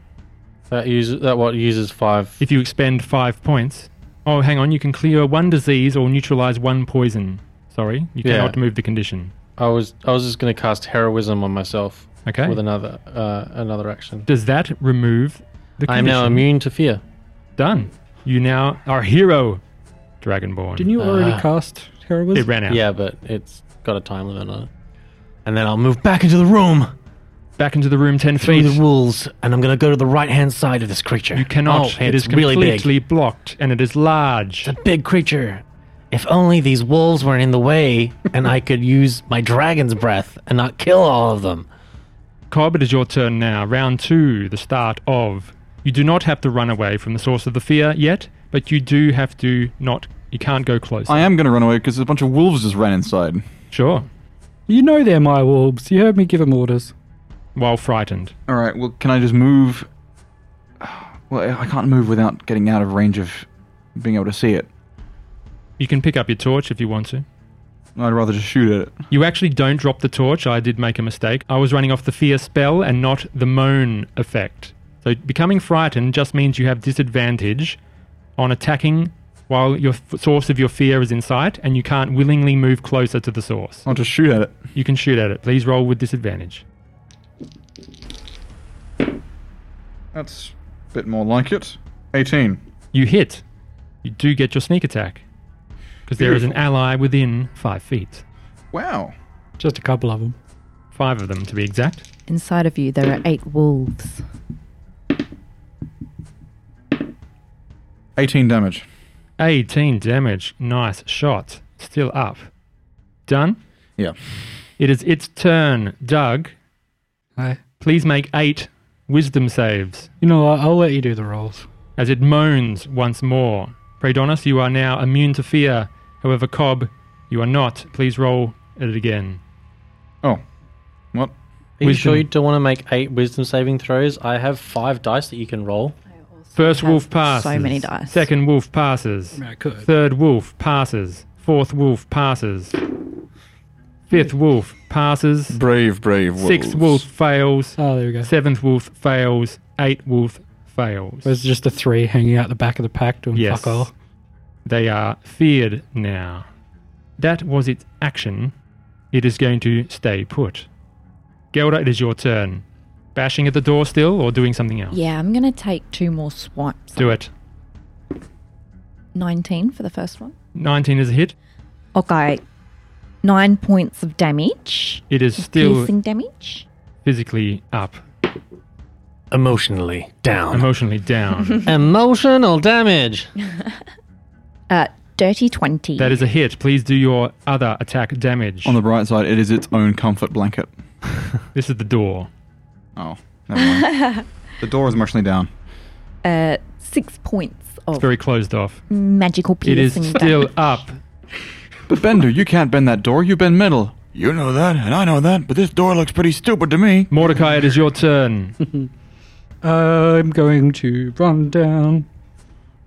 E: that uses that what uses five.
A: If you expend 5 points. Oh, hang on, you can clear one disease or neutralize one poison. Sorry, you
E: Yeah.
A: cannot move the condition.
E: I was I was just gonna cast heroism on myself
A: Okay.
E: with another uh, another action.
A: Does that remove the
E: I am
A: condition?
E: now immune to fear.
A: Done. You now are a hero, Dragonborn.
G: Didn't you already
E: Ah.
G: cast heroism?
A: It ran out.
E: Yeah, but it's got a time limit on it. And then I'll move back into the room
A: back into the room 10
E: through the
A: feet.
E: walls, and I'm going to go to the right hand side of this creature.
A: You cannot.
E: Oh,
A: it is
E: it's really
A: completely
E: big.
A: blocked and it is large.
E: It's a big creature. If only these wolves weren't in the way, and I could use my dragon's breath and not kill all of them.
A: Cobb, it is your turn now. Round two, the start of. You do not have to run away from the source of the fear yet, but you do have to not. You can't go close.
B: I am going to run away because a bunch of wolves just ran inside.
A: sure.
G: You know they're my wolves. You heard me give them orders.
A: While frightened.
B: All right. Well, can I just move? Well, I can't move without getting out of range of being able to see it.
A: You can pick up your torch if you want to.
B: I'd rather just shoot at it.
A: You actually don't drop the torch. I did make a mistake. I was running off the fear spell and not the moan effect. So becoming frightened just means you have disadvantage on attacking while your f- source of your fear is in sight and you can't willingly move closer to the source.
B: I'll just shoot at it.
A: You can shoot at it. Please roll with disadvantage.
B: That's a bit more like it. 18.
A: You hit. You do get your sneak attack because there is an ally within five feet.
B: Wow.
G: Just a couple of them.
A: Five of them to be exact.
C: Inside of you, there are eight wolves.
B: 18 damage.
A: 18 damage. Nice shot. Still up. Done.
B: Yeah.
A: It is its turn. Doug,
G: Aye.
A: please make eight wisdom saves
G: You know what? I'll let you do the rolls.
A: as it moans once more. Predonis, you are now immune to fear. However, Cobb, you are not. Please roll at it again.
B: Oh.
A: you
B: What?
E: Are
A: Wisdom.
E: you
A: sure
E: sure
A: you
E: you don't want to make eight wisdom saving throws? I have five dice that you can roll.
A: First
C: Have
A: wolf passes.
C: So many dice.
A: Second wolf passes.
G: I mean, I could.
A: Third wolf passes. Fourth wolf passes. Fifth wolf passes.
B: Brave, brave wolves.
A: Sixth wolf fails.
G: Oh, there we go.
A: Seventh wolf fails. Eighth wolf fails.
G: There's just the three hanging out the back of the pack doing
A: Yes.
G: fuck all.
A: They are feared now. That was its action. It is going to stay put. Gelda, it is your turn. Bashing at the door still or doing something else?
C: Yeah, I'm going to take two more swipes.
A: Do it.
C: 19 for the first one.
A: 19 is a hit.
C: Okay. Nine points of damage.
A: It is still
C: Piercing damage.
A: physically up,
E: Emotionally down.
A: emotionally down.
E: Emotional damage.
C: Uh, dirty 20.
A: that is a hit. Please do your other attack damage.
B: On the bright side, it is its own comfort blanket.
A: this is the door.
B: Oh, never mind. the door is emotionally down.
C: uh, six points of
A: It's very closed off.
C: magical
A: It is
C: piercing
A: still
C: damage.
A: up.
B: But Bender, you can't bend that door. You bend metal. You know that, and I know that, but this door looks pretty stupid to me.
A: Mordecai, it is your turn.
G: I'm going to run down.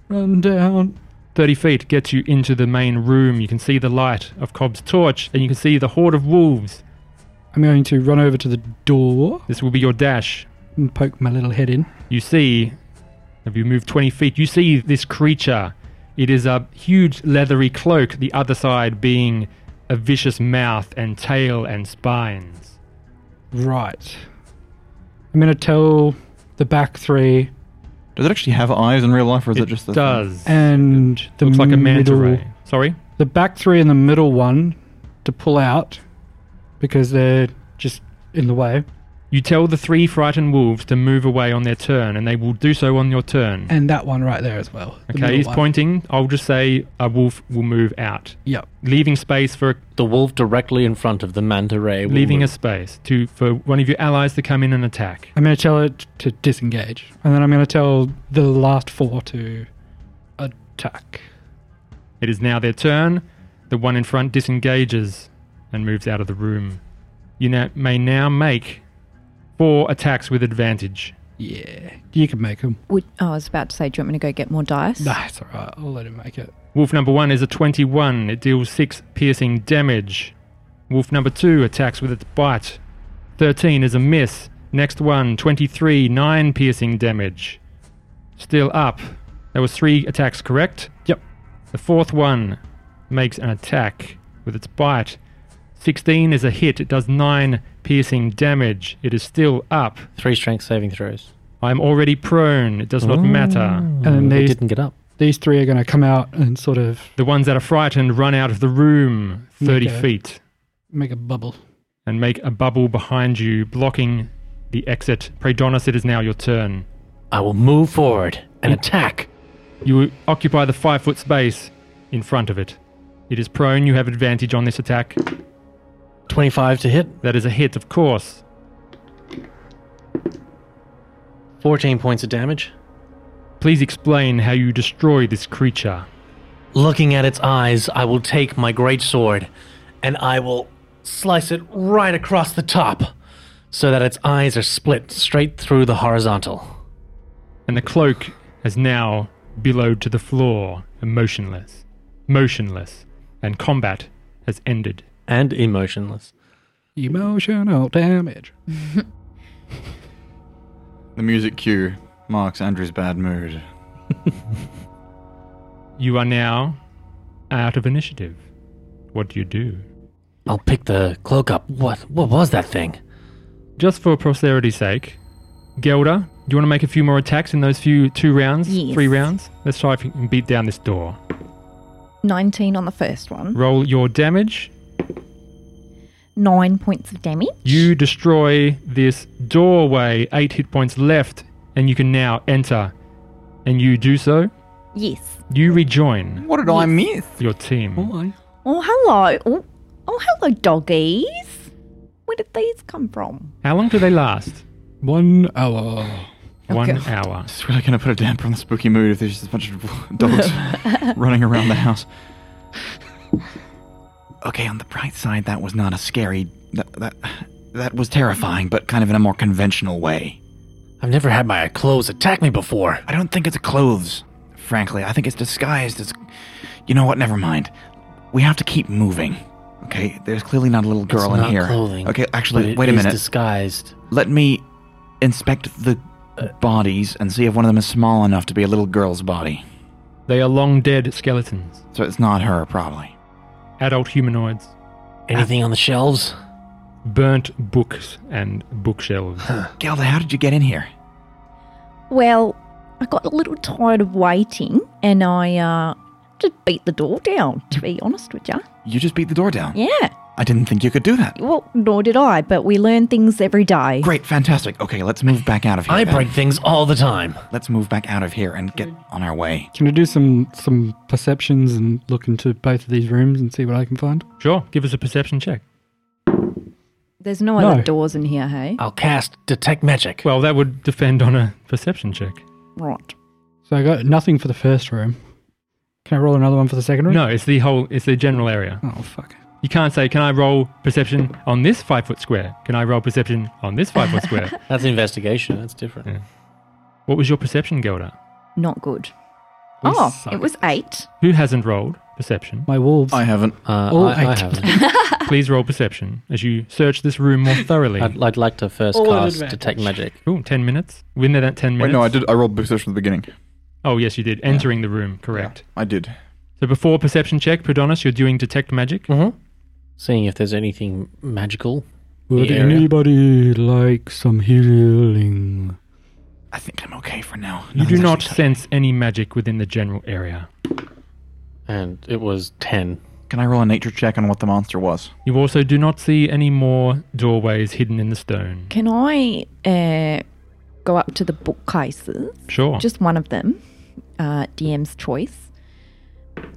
G: Run down.
A: 30 feet gets you into the main room. You can see the light of Cobb's torch, and you can see the horde of wolves.
G: I'm going to run over to the door
A: This will be your dash.
G: and poke my little head in.
A: You see, if you move 20 feet, you see this creature. It is a huge leathery cloak, the other side being a vicious mouth and tail and spines.
G: Right. I'm going to tell the back three
B: Does it actually have eyes in real life, or is it, just the thing?
A: does.
G: and the
A: Looks like a manta
G: middle,
A: ray. Sorry?
G: the back three and the middle one to pull out because they're just in the way.
A: You tell the three frightened wolves to move away on their turn, and they will do so on your turn.
G: And that one right there as well. the
A: Okay,
G: middle
A: he's
G: one.
A: pointing. I'll just say a wolf will move out.
G: Yep.
A: leaving space for
E: The wolf directly in front of the manta ray. will
A: leaving a
E: move.
A: space to for one of your allies to come in and attack.
G: I'm going to tell it to disengage. And then I'm going to tell the last four to attack.
A: It is now their turn. The one in front disengages and moves out of the room. You now, may now make four attacks with advantage.
G: Yeah. You can make him.
C: Would, oh, I was about to say, do you want me to go get more dice?
G: Nah, it's all right. I'll let him make it.
A: Wolf number one is a 21. It deals six piercing damage. Wolf number two attacks with its bite. 13 is a miss. Next one, 23, 9 piercing damage. Still up. There was three attacks, correct?
G: Yep.
A: The fourth one makes an attack with its bite. 16 is a hit. It does 9 piercing damage. It is still up.
E: Three strength saving throws.
A: I'm already prone. It does not matter.
G: And then
E: They
G: these,
E: didn't get up.
G: these three are going to come out and sort of
A: The ones that are frightened run out of the room 30
G: Okay.
A: feet.
G: make a bubble.
A: and make a bubble behind you, blocking the exit. Predonis, it is now your turn.
E: I will move forward and attack.
A: You occupy the five foot space in front of it. It is prone, you have advantage on this attack.
E: 25 to hit,
A: That is a hit, of course.
E: 14 points of damage.
A: Please explain how you destroy this creature.
E: Looking at its eyes, I will take my great sword and I will slice it right across the top so that its eyes are split straight through the horizontal.
A: And the cloak has now billowed to the floor, emotionless. Motionless. And combat has ended.
E: And emotionless.
G: Emotional damage.
B: The music cue marks Andrew's bad mood.
A: You are now out of initiative. What do you do?
E: I'll pick the cloak up. What what was that thing?
A: Just for posterity's sake, Gelda, do you want to make a few more attacks in those few two rounds?
C: Yes.
A: Three rounds? Let's try if you can beat down this door.
C: 19 on the first one.
A: Roll your damage.
C: Nine points of damage.
A: You destroy this doorway, eight hit points left, and you can now enter. And you do so.
C: Yes.
A: You rejoin
B: What did I miss?
A: your team.
G: Why?
C: Oh, hello. Oh, oh hello, doggies. Where did these come from?
A: How long do they last?
G: One hour.
A: One
C: Oh, God.
A: hour.
B: It's really going to put a damper on the spooky mood if there's just a bunch of dogs running around the house. Okay, on the bright side, that was not a scary. That, that, that was terrifying, but kind of in a more conventional way.
E: I've never had my clothes attack me before.
B: I don't think it's clothes, frankly. I think it's disguised as. You know what? Never mind. We have to keep moving. Okay, there's clearly not a little girl
E: It's
B: in
E: not
B: here.
E: clothing,
B: okay,
E: but
B: actually,
E: it
B: wait a
E: is
B: minute.
E: Disguised.
B: Let me inspect the bodies and see if one of them is small enough to be a little girl's body.
A: They are long dead skeletons,
B: So it's not her, probably.
A: adult humanoids,
E: Anything on the shelves?
A: burnt books and bookshelves.
B: Gelda, how did you get in here?
C: Well, I got a little tired of waiting and I uh, just beat the door down, to be honest with you.
B: You just beat the door down.
C: Yeah.
B: I didn't think you could do that.
C: Well, nor did I, but we learn things every day.
B: Great, fantastic. Okay, let's move back out of here.
E: I
B: then.
E: break things all the time.
B: Let's move back out of here and get on our way.
G: Can I do some some perceptions and look into both of these rooms and see what I can find?
A: Sure, give us a perception check.
C: There's no,
G: No.
C: other doors in here, hey?
E: I'll cast detect magic.
A: Well, that would depend on a perception check.
C: Right.
G: So I got nothing for the first room. Can I roll another one for the second room?
A: No, it's the whole, it's the general area.
G: Oh fuck.
A: You can't say, can I roll perception on this five foot square? Can I roll perception on this five foot square?
E: That's investigation. That's different.
A: What was your perception, Gelda?
C: Not good.
G: We
C: oh,
G: suck
C: it was eight.
A: Who hasn't rolled perception?
G: My wolves.
B: haven't.
E: Uh,
G: Oh,
E: I, I
G: I-
E: haven't.
A: Please roll perception as you search this room more thoroughly.
E: I'd, I'd like to first
G: All
E: cast
G: advantage.
E: detect magic.
A: Cool, 10 minutes. Within that 10 minutes.
B: I rolled perception from the beginning.
A: Oh, yes, you did. Entering the room, correct.
B: I did.
A: So before perception check, Predonis, you're doing detect magic.
E: Mm-hmm. Seeing if there's anything magical.
G: Would
E: Yeah.
G: anybody like some healing?
B: I think I'm okay for now.
A: You do not sense any magic within the general area.
E: And it was 10.
B: Can I roll a nature check on what the monster was?
A: You also do not see any more doorways hidden in the stone.
C: Can I uh, go up to the bookcases,
A: Sure.
C: just one of them, uh, DM's choice,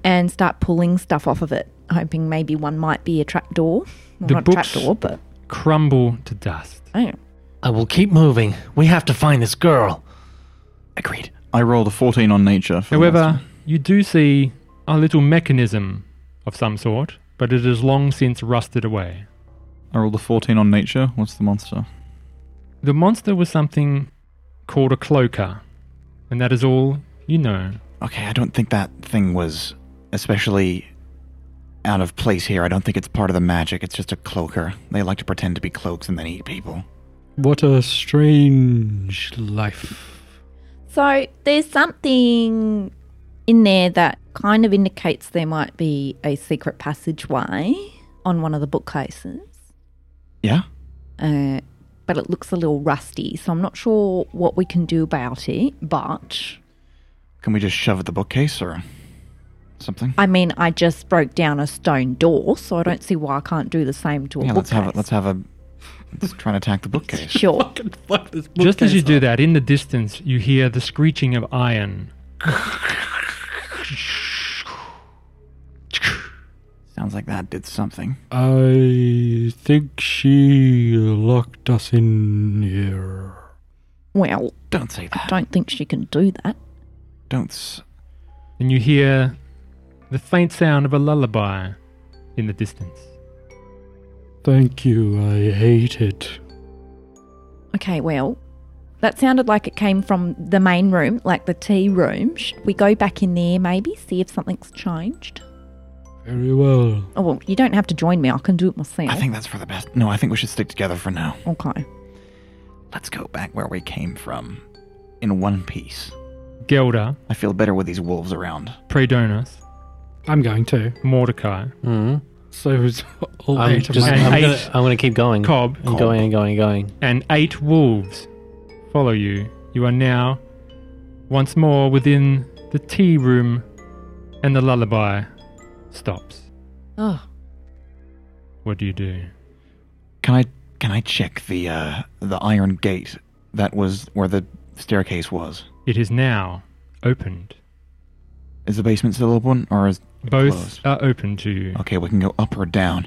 C: and start pulling stuff off of it, hoping maybe one might be a trapdoor. Well,
A: The
C: not
A: books-
C: trapdoor, but
A: Crumble to dust.
C: I don't
E: I will keep moving. We have to find this girl.
B: Agreed. I rolled a 14 on nature. For the
A: However,
B: monster.
A: you do see a little mechanism of some sort, but it is long since rusted away.
B: I rolled a 14 on nature. What's the monster?
A: The monster was something called a cloaker, and that is all you know.
B: Okay, I don't think that thing was especially out of place here. I don't think it's part of the magic. It's just a cloaker. They like to pretend to be cloaks and then eat people.
G: What a strange life.
C: So there's something in there that kind of indicates there might be a secret passageway on one of the bookcases,
B: Yeah?
C: uh, but it looks a little rusty. So I'm not sure what we can do about it. But
B: Can we just shove at the bookcase or something?
C: I mean, I just broke down a stone door, so I don't see why I can't do the same to a
B: yeah, let's
C: bookcase.
B: have a, let's have a It's trying to attack the bookcase.
C: Sure.
E: Fuck this
A: Just as you do that, in the distance, you hear the screeching of iron.
B: Sounds like that did something.
D: I think she locked us in here.
C: Well,
B: Don't say that.
C: don't think she can do that.
B: Don't. S-
A: And you hear the faint sound of a lullaby in the distance.
D: Thank you. I hate it.
C: Okay, well, that sounded like it came from the main room, like the tea room. Should we go back in there maybe, see if something's changed?
D: Very well.
C: Oh, well, you don't have to join me. I can do it myself.
B: I think that's for the best. No, I think we should stick together for now.
C: Okay.
B: Let's go back where we came from, in one piece.
A: Gelda,
B: I feel better with these wolves around.
A: Predonus,
G: I'm going to.
A: Mordecai,
E: Mm.
G: So it's all
E: I'm
G: eight of
E: just.
G: my
E: I'm gonna,
A: eight.
E: I'm gonna keep going.
A: Cobb,
E: And going and going and going.
A: and eight wolves follow you. You are now once more within the tea room, and the lullaby stops.
C: Oh,
A: What do you do?
B: Can I can I check the uh, the iron gate that was where the staircase was?
A: It is now opened.
B: Is the basement still open, or is
A: Both
B: Closed.
A: are open to you.
B: okay? We can go up or down.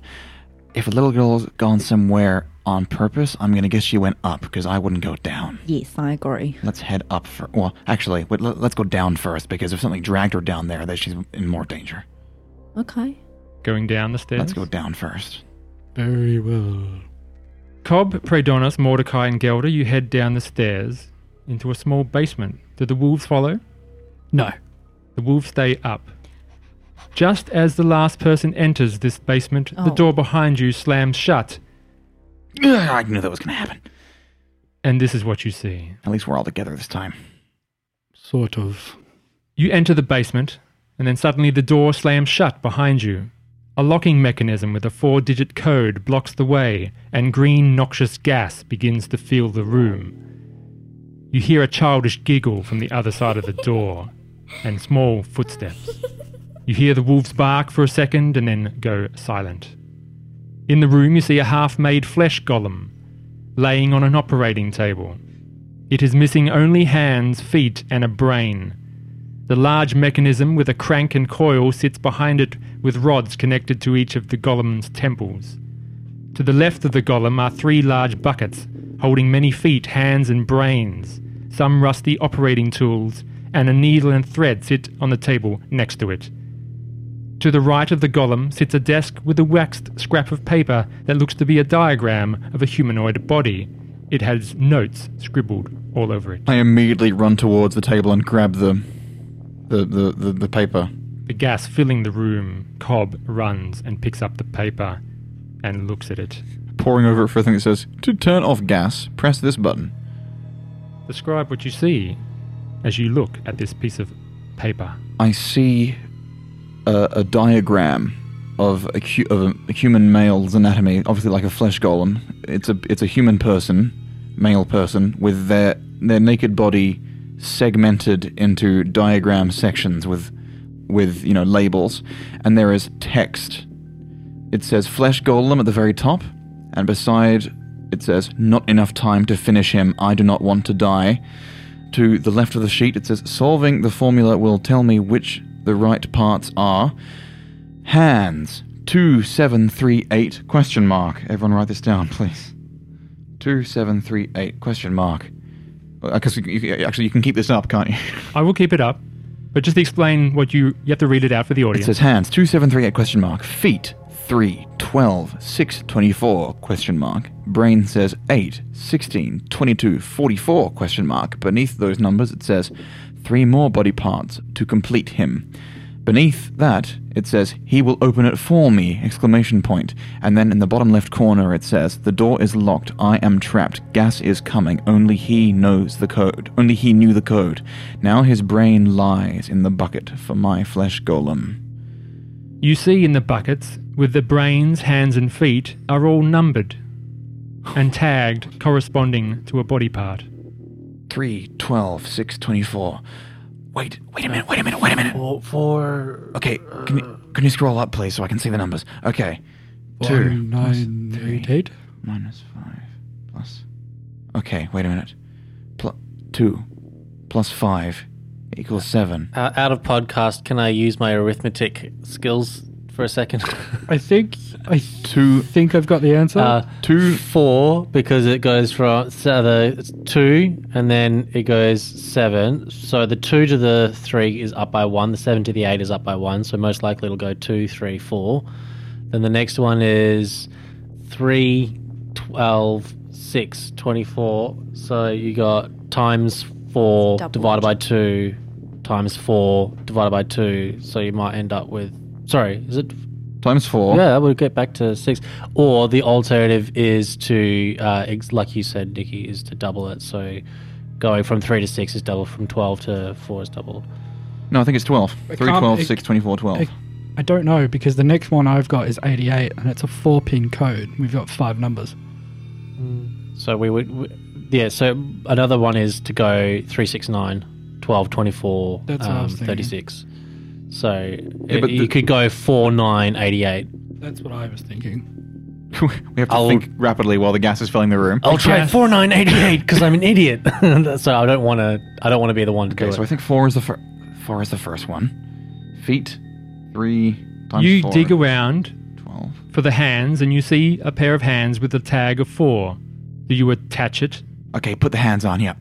B: If a little girl's gone somewhere on purpose, I'm gonna guess she went up because I wouldn't go down.
C: yes, I agree.
B: Let's head up for. Well, actually, wait, let- let's go down first because if something dragged her down there, then she's in more danger.
C: Okay.
A: Going down the stairs.
B: Let's go down first.
D: Very well.
A: Cobb, Predonis, Mordecai, and Gelder, you head down the stairs into a small basement. Do the wolves follow?
G: No.
A: The wolves stay up. Just as the last person enters this basement, the
C: Oh.
A: door behind you slams shut,
B: Ugh, I knew that was gonna happen.
A: and this is what you see.
B: At least we're all together this time.
D: Sort of.
A: You enter the basement, and then suddenly the door slams shut behind you. A locking mechanism with a four digit code blocks the way, and green noxious gas begins to fill the room. You hear a childish giggle from the other side of the door, and small footsteps. You hear the wolves bark for a second and then go silent. In the room, you see a half made flesh golem laying on an operating table. It is missing only hands, feet, and a brain. The large mechanism with a crank and coil sits behind it with rods connected to each of the golem's temples. To the left of the golem are three large buckets holding many feet, hands, and brains. Some rusty operating tools and a needle and thread sit on the table next to it. To the right of the golem sits a desk with a waxed scrap of paper that looks to be a diagram of a humanoid body. It has notes scribbled all over it.
B: I immediately run towards the table and grab the the the, the, the paper.
A: The gas filling the room, Cobb runs and picks up the paper and looks at it.
B: Pouring over it for a thing that says, To turn off gas, press this button.
A: Describe what you see as you look at this piece of paper.
B: I see a, a diagram of a, hu- of a, a human male's anatomy, obviously like a flesh golem. It's a it's a human person, male person, with their their naked body segmented into diagram sections with with you know labels, and there is text. It says flesh golem at the very top, and beside it says not enough time to finish him. I do not want to die. To the left of the sheet, it says solving the formula will tell me which the right parts are. Hands two seven three eight question mark. Everyone write this down, please. Two seven three eight question mark. Because you, you, actually, you can keep this up, can't you?
A: I will keep it up, but just explain what you you have to read it out for the
B: It
A: audience.
B: says hands two seven three eight question mark. Feet three twelve six twenty four question mark. Brain says eight sixteen twenty two forty four question mark. Beneath those numbers, it says three more body parts to complete him. Beneath that, it says, He will open it for me! Exclamation point. And then in the bottom left corner, it says, The door is locked. I am trapped. Gas is coming. Only he knows the code. Only he knew the code. Now his brain lies in the bucket for my flesh golem.
A: you see in the buckets with the brains, hands, and feet are all numbered and tagged corresponding to a body part.
B: 3, 12, 6, 24. Wait, wait a minute, wait a minute, wait a minute.
E: Four. four
B: Okay, can you, can you scroll up, please, so I can see the numbers? Okay.
G: One, nine, eight, eight.
B: minus 5. plus. Okay, wait a minute. Plus two, plus five, equals seven.
E: Uh, out of podcast, can I use my arithmetic skills for a second?
G: I think I
B: Two,
G: think I've got the answer.
E: uh, two, four, because it goes from so the it's two and then it goes seven. So the two to the three is up by one. The seven to the eight is up by one. So most likely it'll go two, three, four. Then the next one is three, 12, six, 24. So you got times four
C: Doubled.
E: divided by two times four divided by two. So you might end up with. Sorry, is it
B: times four.
E: yeah, that would get back to six. Or the alternative is to, uh, ex- like you said, Nikki, is to double it. So going from three to six is double, from 12 to four is double.
B: No, I think it's 12.
G: It
B: 3,
G: can't-
B: 12,
G: it-
B: 6, 24, 12.
G: it- I don't know because the next one I've got is 88 and it's a four pin code. We've got five numbers.
E: So we would, w yeah, so another one is to go three, six, nine, 12, 24,
G: That's what I
E: um,
G: was thinking.
E: 36. So it-
B: but
E: you
B: the-
E: could go 4, 9, 88.
G: That's what I was thinking.
B: we have to
E: I'll-
B: think rapidly while the gas is filling the room.
E: I'll try
A: guess.
E: 4, 9, 88 because I'm an idiot. so I don't want to, I don't want to be the one to
B: Okay,
E: do
B: so I
E: it.
B: think four is the fir- four is the first one. Feet, three times
A: You
B: four,
A: dig around
B: twelve.
A: for the hands and you see a pair of hands with a tag of four. Do you attach it?
B: Okay, put the hands on. Yep.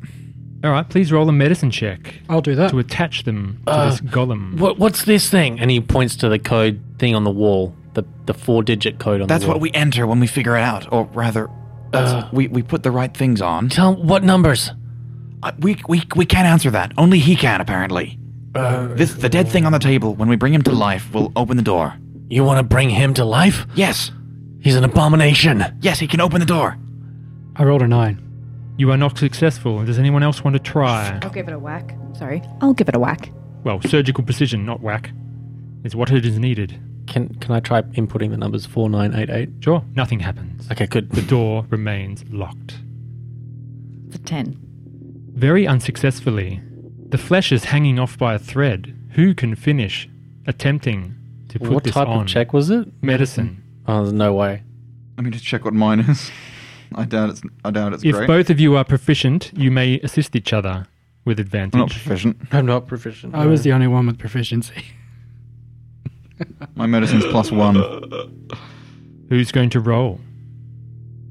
A: All right, please roll a medicine check
G: I'll do that.
A: to attach them to
E: Uh,
A: this golem.
E: What, what's this thing? And he points to the code thing on the wall, the, the four digit code on
B: That's
E: the wall.
B: what we enter when we figure it out, or rather, that's,
A: Uh.
B: we we put the right things on.
E: Tell what numbers?
B: Uh, we we we can't answer that. Only he can apparently.
A: Uh,
B: this the dead thing on the table. When we bring him to life, we'll open the door.
E: You want to bring him to life?
B: Yes,
E: He's an abomination.
B: yes, he can open the door.
G: I rolled a nine.
A: You are not successful. Does anyone else want to try?
C: I'll give it a whack. Sorry. I'll give it a whack.
A: Well, surgical precision, not whack, is what it is needed.
E: Can can I try inputting the numbers four nine eight eight?
A: Sure, nothing happens.
E: Okay,
A: The
E: good.
A: door remains locked.
C: It's a 10.
A: Very unsuccessfully, the flesh is hanging off by a thread. Who can finish attempting to put
E: What
A: this
E: type
A: on?
E: of check was it?
A: Medicine.
E: Oh, there's no way.
B: Let me just check what mine is. I doubt it's. I doubt it's
A: If both of you are proficient, you may assist each other with advantage.
B: proficient.
E: I'm not proficient.
G: I was the only one with proficiency.
B: My medicine's plus one.
A: Who's going to roll?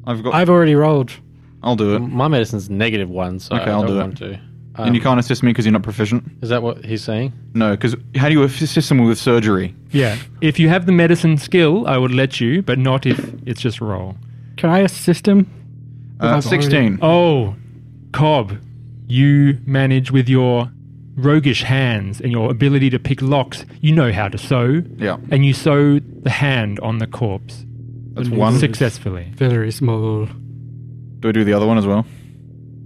B: I've got.
G: I've already rolled.
B: I'll do
A: Um,
E: My medicine's negative one, so
B: Okay,
E: I
B: I'll
E: don't
B: do it.
E: want to. Um,
B: and you can't assist me because you're not proficient.
E: Is that what he's saying?
B: No, because how do you assist someone with surgery?
A: Yeah. If you have the medicine skill, I would let you, but not if it's just roll.
G: Can I assist him?
B: Uh,
G: I've
B: Sixteen.
A: Oh, Cobb, you manage with your roguish hands and your ability to pick locks. You know how to sew,
B: Yeah,
A: and you sew the hand on the corpse
B: that's one.
A: successfully.
G: Very small.
B: Do I do the other one as well?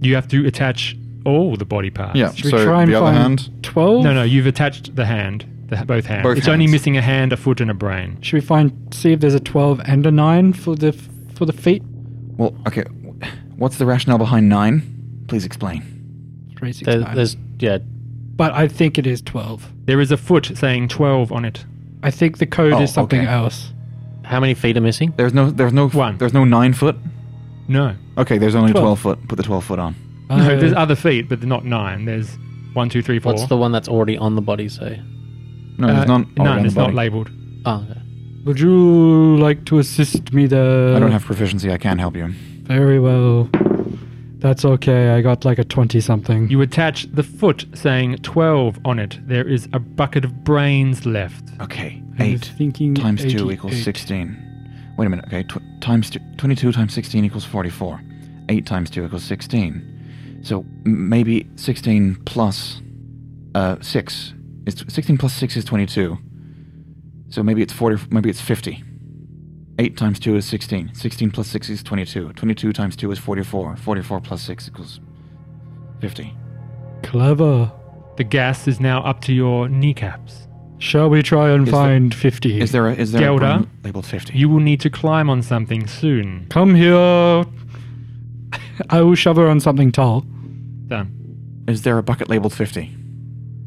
A: You have to attach all the body parts.
B: Yeah.
G: Uh, Should
B: so
G: we try and
B: the other
G: find
B: hand.
G: 12?
A: No, no, you've attached the hand, the, both hands.
B: Both
A: it's only
B: hands.
A: missing a hand, a foot, and a brain.
G: Should we find see if there's a 12 and a 9 for the for the feet?
B: Well, okay. What's the rationale behind nine? Please explain.
G: Three, six,
E: There,
G: nine.
E: there's yeah.
G: But I think it is 12.
A: There is a foot saying 12 on it.
G: I think the code
B: Oh,
G: is something
B: okay.
G: else.
E: How many feet are missing?
B: There's no. There's no.
A: One.
B: There's no nine foot.
A: No.
B: Okay. There's only twelve,
G: Twelve.
B: foot. Put the twelve foot on.
A: No,
B: Oh.
A: there's
G: Uh,
A: other feet, but not nine. There's one, two, three, four.
E: What's the one that's already on the body? Say.
B: No,
A: Uh,
B: there's none. all
A: none,
B: around
A: it's
B: the
A: not
B: body.
A: labeled.
E: Oh, okay.
G: would you like to assist me there?
B: I don't have proficiency. I can't help you.
G: Very well. That's okay. I got like a 20 something.
A: You attach the foot saying 12 on it. There is a bucket of brains left.
B: Okay.
G: I was
B: Eight
G: thinking
B: times two
G: 88.
B: equals sixteen. Wait a minute. Okay. Tw- times two, twenty-two times sixteen equals forty-four. Eight times two equals sixteen. So m- maybe sixteen plus uh, six is sixteen plus six is twenty-two. So maybe it's forty. Maybe it's fifty. Eight times two is sixteen. Sixteen plus six is twenty-two. Twenty-two times two is forty-four. Forty-four plus six equals fifty.
G: Clever.
A: The gas is now up to your kneecaps.
G: Shall we try and
B: Is there-
G: find 50?
B: Is there a is there a
A: Gelder?
B: button labeled fifty?
A: You will need to climb on something soon.
G: Come here. I will shove her on something tall.
A: Done.
B: is there a bucket labeled fifty?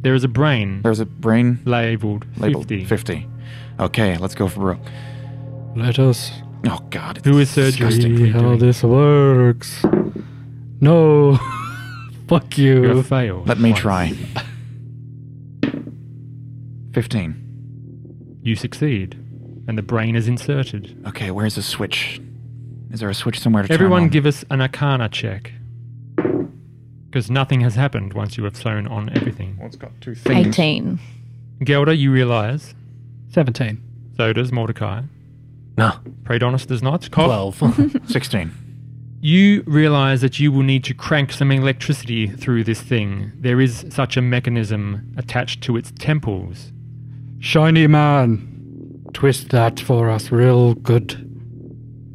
A: There is a brain
B: There's a brain
A: labeled
B: labeled
A: 50.
B: 50. Okay, let's go for broke.
G: Let us
B: Oh God! it's
A: Who is surgery?
B: disgusting.
D: See how this works. No. Fuck
A: You
D: you.
A: failed.
B: Let me
A: once.
B: try. Fifteen.
A: You succeed, and the brain is inserted.
B: Okay, where's the switch? Is there a switch somewhere to turn
A: Everyone,
B: on?
A: give us an Arcana check, because nothing has happened once you have thrown on everything.
B: Well, it's got two things.
C: 18.
A: Gelda, you realise.
G: 17.
A: So does Mordecai.
E: No.
A: Praedonus does not.
B: Oh.
A: Cough.
E: 12.
B: Sixteen.
A: You realize that you will need to crank some electricity through this thing. There is such a mechanism attached to its temples.
D: Shiny man. Twist that for us real good.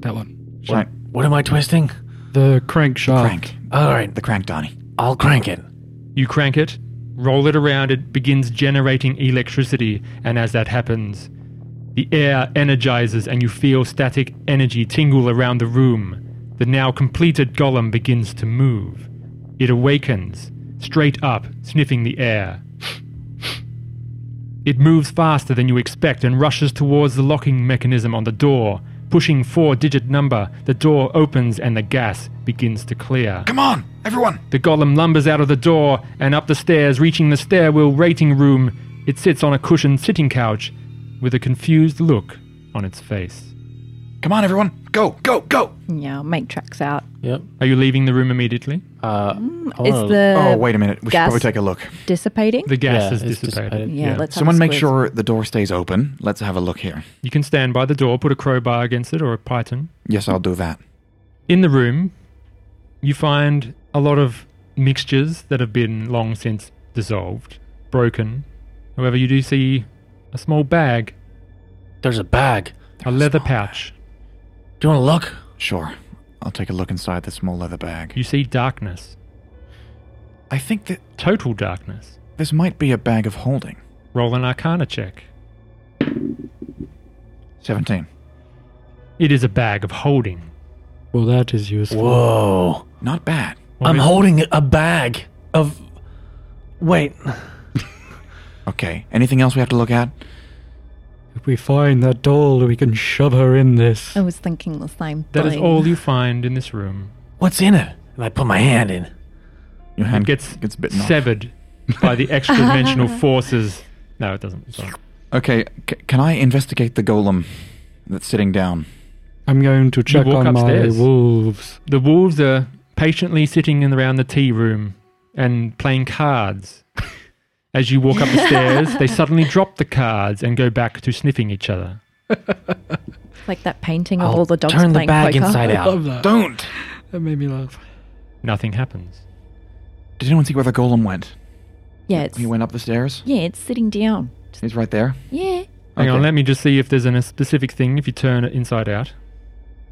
D: That one.
B: Shi-
E: what am I twisting?
D: The crank shaft.
B: crank.
E: All right.
B: The crank, Donnie.
E: I'll crank it.
A: You crank it, roll it around, it begins generating electricity, and as that happens, the air energizes and you feel static energy tingle around the room. The now completed golem begins to move. It awakens, straight up, sniffing the air. It moves faster than you expect and rushes towards the locking mechanism on the door. Pushing four digit number, the door opens and the gas begins to clear.
B: Come on, everyone!
A: The golem lumbers out of the door and up the stairs, reaching the stairwell rating room. It sits on a cushioned sitting couch with a confused look on its face.
B: Come on, everyone! Go, go, go!
C: Yeah, make tracks out.
E: Yep.
A: Are you leaving the room immediately?
E: Uh,
C: Is the
B: oh, wait a minute. We should
C: gas.
B: probably take a look.
C: dissipating?
A: The gas
E: Yeah,
A: has
E: it's
A: dissipated.
E: dissipated.
C: yeah, let's have a
B: Someone make
C: squiz.
B: sure the door stays open. Let's have a look here.
A: You can stand by the door, put a crowbar against it or a python.
B: Yes, I'll do that.
A: In the room, you find a lot of mixtures that have been long since dissolved, broken. However, you do see a small bag,
E: There's a bag.
A: a leather pouch.
E: Do you want to look?
B: Sure. I'll take a look inside the small leather bag.
A: You see darkness,
B: I think that
A: total darkness.
B: this might be a bag of holding.
A: Roll an arcana check.
B: 17.
A: It is a bag of holding.
D: Well, that is useful.
E: Whoa.
B: Not bad.
A: What
E: I'm
A: is-
E: holding a bag of. Wait.
B: Okay. Anything else we have to look at?
D: If we find that doll, we can shove her in this.
C: I was thinking the same
A: That is
C: thing.
A: all you find in this room.
E: What's in it? And I put my hand in.
B: Your
A: It
B: hand
A: gets,
B: gets bitten off.
A: severed by the extra dimensional forces. No, it doesn't. It's fine.
B: Okay. C- can I investigate the golem that's sitting down?
D: I'm going to check
A: walk
D: on
A: upstairs.
D: my wolves.
A: The wolves are patiently sitting in around the tea room and playing cards. As you walk up the stairs, they suddenly drop the cards and go back to sniffing each other.
C: Like that painting of
E: I'll
C: all the dogs
E: turn the
C: playing
E: bag
C: poker.
E: inside
D: I love
E: out.
D: that.
B: Don't!
D: That made me laugh.
A: Nothing happens.
B: Did anyone see where the golem went?
C: Yeah, it's,
B: He went up the stairs?
C: yeah, it's sitting down. Just-
B: He's right there.
C: yeah.
A: Hang on,
B: Okay.
A: let me just see if there's an- a specific thing if you turn it inside out.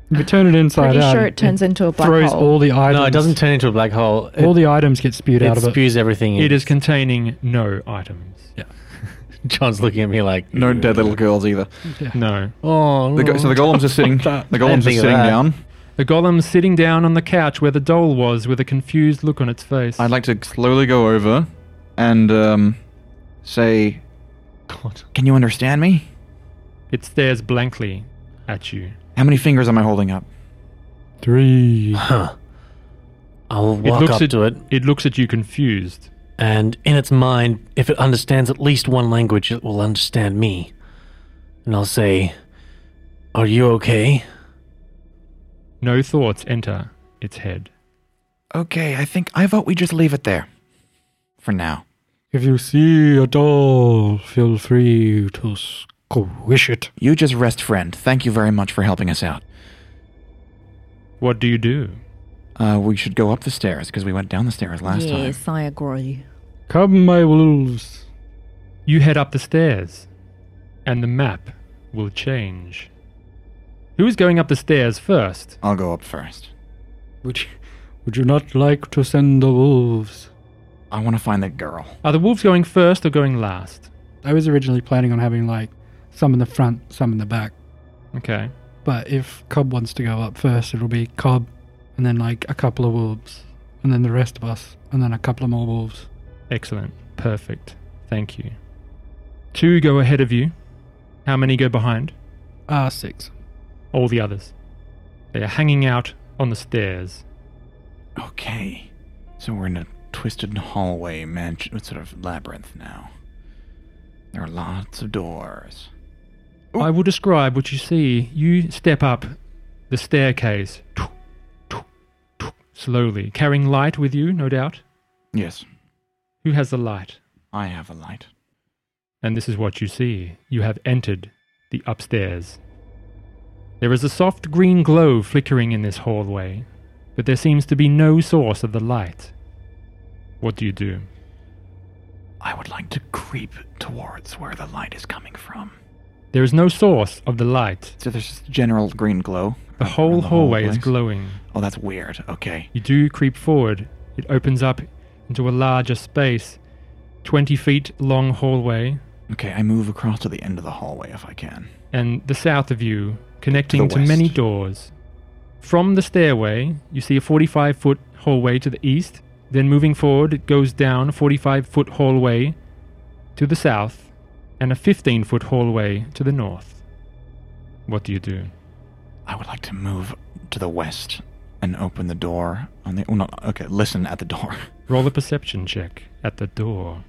D: If you turn it inside
C: Pretty
D: out,
C: sure it turns into a black
D: throws
C: hole.
D: all the items.
E: No, it doesn't turn into a black hole. It,
D: all the items get spewed
E: it
D: out of it.
E: spews everything.
A: It is containing no items.
E: John's looking at me like
B: No dead little girls either.
A: No.
E: Oh,
B: The go- so the golems are sitting. The
D: that.
E: I didn't
B: golems are
E: think of
B: sitting
E: that.
B: down.
A: The golem's sitting down on the couch where the doll was with a confused look on its face.
B: I'd like to slowly go over and um, say,
A: God.
B: "Can you understand me?
A: It stares blankly at you.
B: How many fingers am I holding up?"
D: Three.
E: Huh. I'll
A: It
E: walk
A: looks
E: up
A: at
E: to it,
A: It looks at you confused.
E: and in its mind, if it understands at least one language, it will understand me. And I'll say, Are you okay?
A: No thoughts enter its head.
B: Okay, I think I vote we just leave it there for now.
D: If you see a doll, feel free to squish it.
B: You just rest, friend. Thank you very much for helping us out.
A: What do you do?
B: Uh, we should go up the stairs because we went down the stairs last
C: yes, I agree.
D: Come, my wolves.
A: You head up the stairs, and the map will change. Who is going up the stairs first?
B: time. I'll go up first.
D: Would you, would you not like to send the wolves?
B: I want to find that girl.
A: Are the wolves going first or going last?
G: I was originally planning on having like some in the front, some in the back.
A: Okay.
G: But if Cobb wants to go up first, it'll be Cobb and then like a couple of wolves and then the rest of us and then a couple of more wolves.
A: Excellent. Perfect. Thank you. Two go ahead of you. How many go behind?
G: Ah, six.
A: all the others. They are hanging out on the stairs.
B: Okay. So we're in a twisted hallway, mansion, sort of labyrinth now. There are lots of doors.
A: I will describe what you see. You step up the staircase slowly, carrying light with you, no doubt.
B: Yes,
A: Who has the light?
B: I have a light.
A: And this is what you see. You have entered the upstairs. There is a soft green glow flickering in this hallway, but there seems to be no source of the light. What do you do?
B: I would like to creep towards where the light is coming from.
A: There is no source of the light.
B: So there's just general green glow.
A: The
B: around-
A: whole
B: around
A: hallway is
B: place?
A: glowing.
B: Oh, that's weird. Okay.
A: You do creep forward. It opens up into a larger space, 20 feet long hallway,
B: Okay, I move across to the end of the hallway if I can.
A: and the south of you, connecting
B: To
A: to
B: the
A: many
B: west.
A: doors. From the stairway, you see a 45 foot hallway to the east. Then moving forward, it goes down a 45 foot hallway to the south and a 15 foot hallway to the north. What do you do?
B: I would like to move to the west and open the door on the. Well, not, okay, listen at the door.
A: Roll a perception check at the door.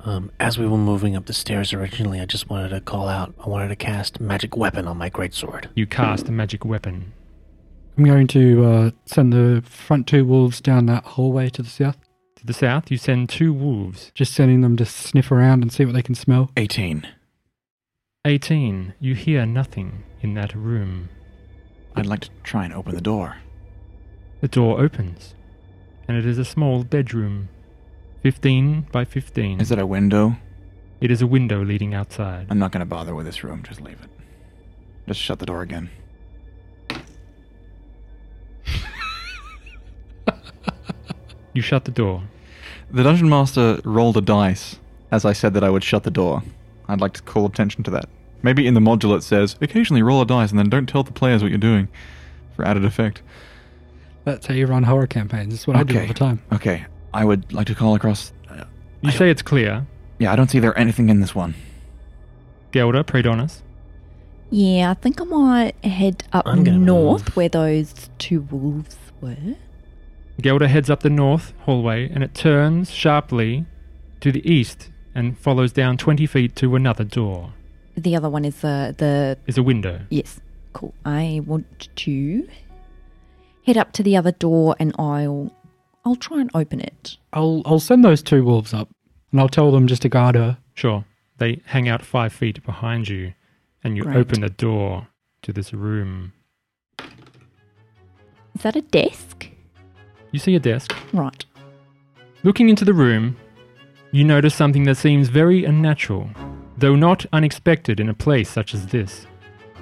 E: Um, as we were moving up the stairs originally, I just wanted to call out. I wanted to cast magic weapon on my greatsword.
A: You cast a magic weapon.
G: I'm going to uh, send the front two wolves down that hallway to the south.
A: To the south, you send two wolves.
G: Just sending them to sniff around and see what they can smell.
B: 18.
A: 18. You hear nothing in that room.
B: I'd like to try and open the door.
A: The door opens, and it is a small bedroom. 15 by 15.
B: Is it a window?
A: it is a window leading outside.
B: I'm not going to bother with this room. Just leave it. Just shut the door again.
A: You shut the door.
B: The dungeon master rolled a dice as I said that I would shut the door. I'd like to call attention to that. Maybe in the module it says occasionally roll a dice and then don't tell the players what you're doing for added effect.
G: That's how you run horror campaigns. That's what I do all the time.
B: Okay. I would like to call across. Uh,
A: You say it's clear.
B: yeah, I don't see there anything in this one.
A: Gelda, Predonis.
C: Yeah, I think I might head up
E: I'm gonna
C: north
E: move.
C: where those two wolves were.
A: Gelda heads up the north hallway, and it turns sharply to the east and follows down 20 feet to another door.
C: The other one is uh, the
A: Is a window.
C: Yes, cool. I want to head up to the other door and I'll I'll try and open it.
G: I'll I'll send those two wolves up, and I'll tell them just to guard her.
A: Sure. They hang out five feet behind you, and you
C: Great.
A: open the door to this room.
C: Is that a desk?
A: You see a desk.
C: Right.
A: Looking into the room, you notice something that seems very unnatural, though not unexpected in a place such as this.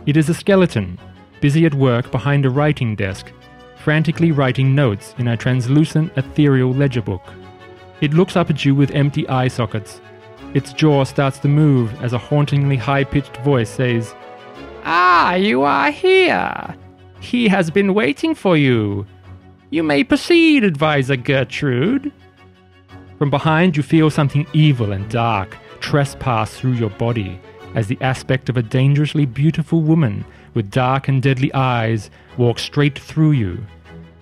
A: It is a skeleton, busy at work behind a writing desk, frantically writing notes in a translucent ethereal ledger book. It looks up at you with empty eye sockets. Its jaw starts to move as a hauntingly high pitched voice says, Ah, you are here! He has been waiting for you! You may proceed, Advisor Gertrude. From behind, you feel something evil and dark trespass through your body as the aspect of a dangerously beautiful woman with dark and deadly eyes walks straight through you.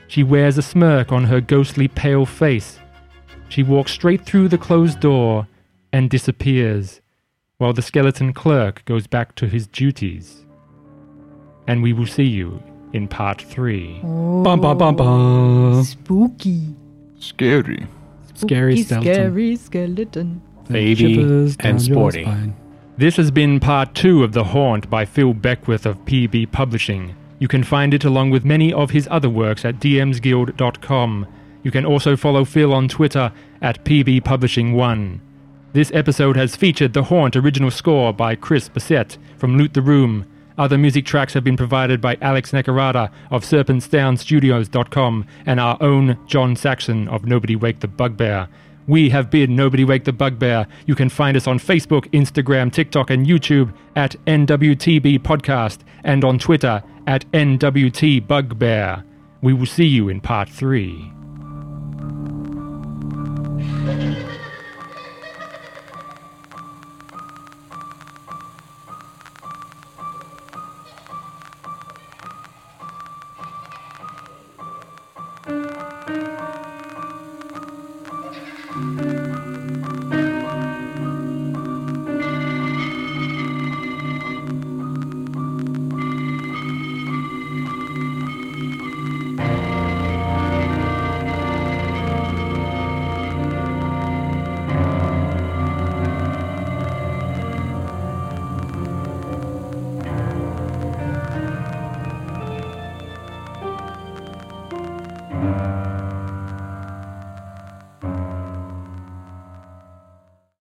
A: She wears a smirk on her ghostly pale face. She walks straight through the closed door and disappears, while the skeleton clerk goes back to his duties. And we will see you in part three.
G: Bum bum bum bum.
C: Spooky.
B: Scary.
G: Scary skeleton.
C: skeleton.
E: Baby
G: Shivers down
E: and
G: your
E: sporty.
G: spine.
A: This has been part two of The Haunt by Phil Beckwith of PB Publishing. You can find it along with many of his other works at dmsguild.com. You can also follow Phil on Twitter at pbpublishing1. This episode has featured The Haunt original score by Chris Bassett from Loot the Room. Other music tracks have been provided by Alex Nakarada of serpentsdownstudios.com and our own John Saxon of Nobody Wake the Bugbear. We have been Nobody Wake the Bugbear. You can find us on Facebook, Instagram, TikTok, and YouTube at NWTB Podcast and on Twitter at NWT Bugbear. We will see you in part three.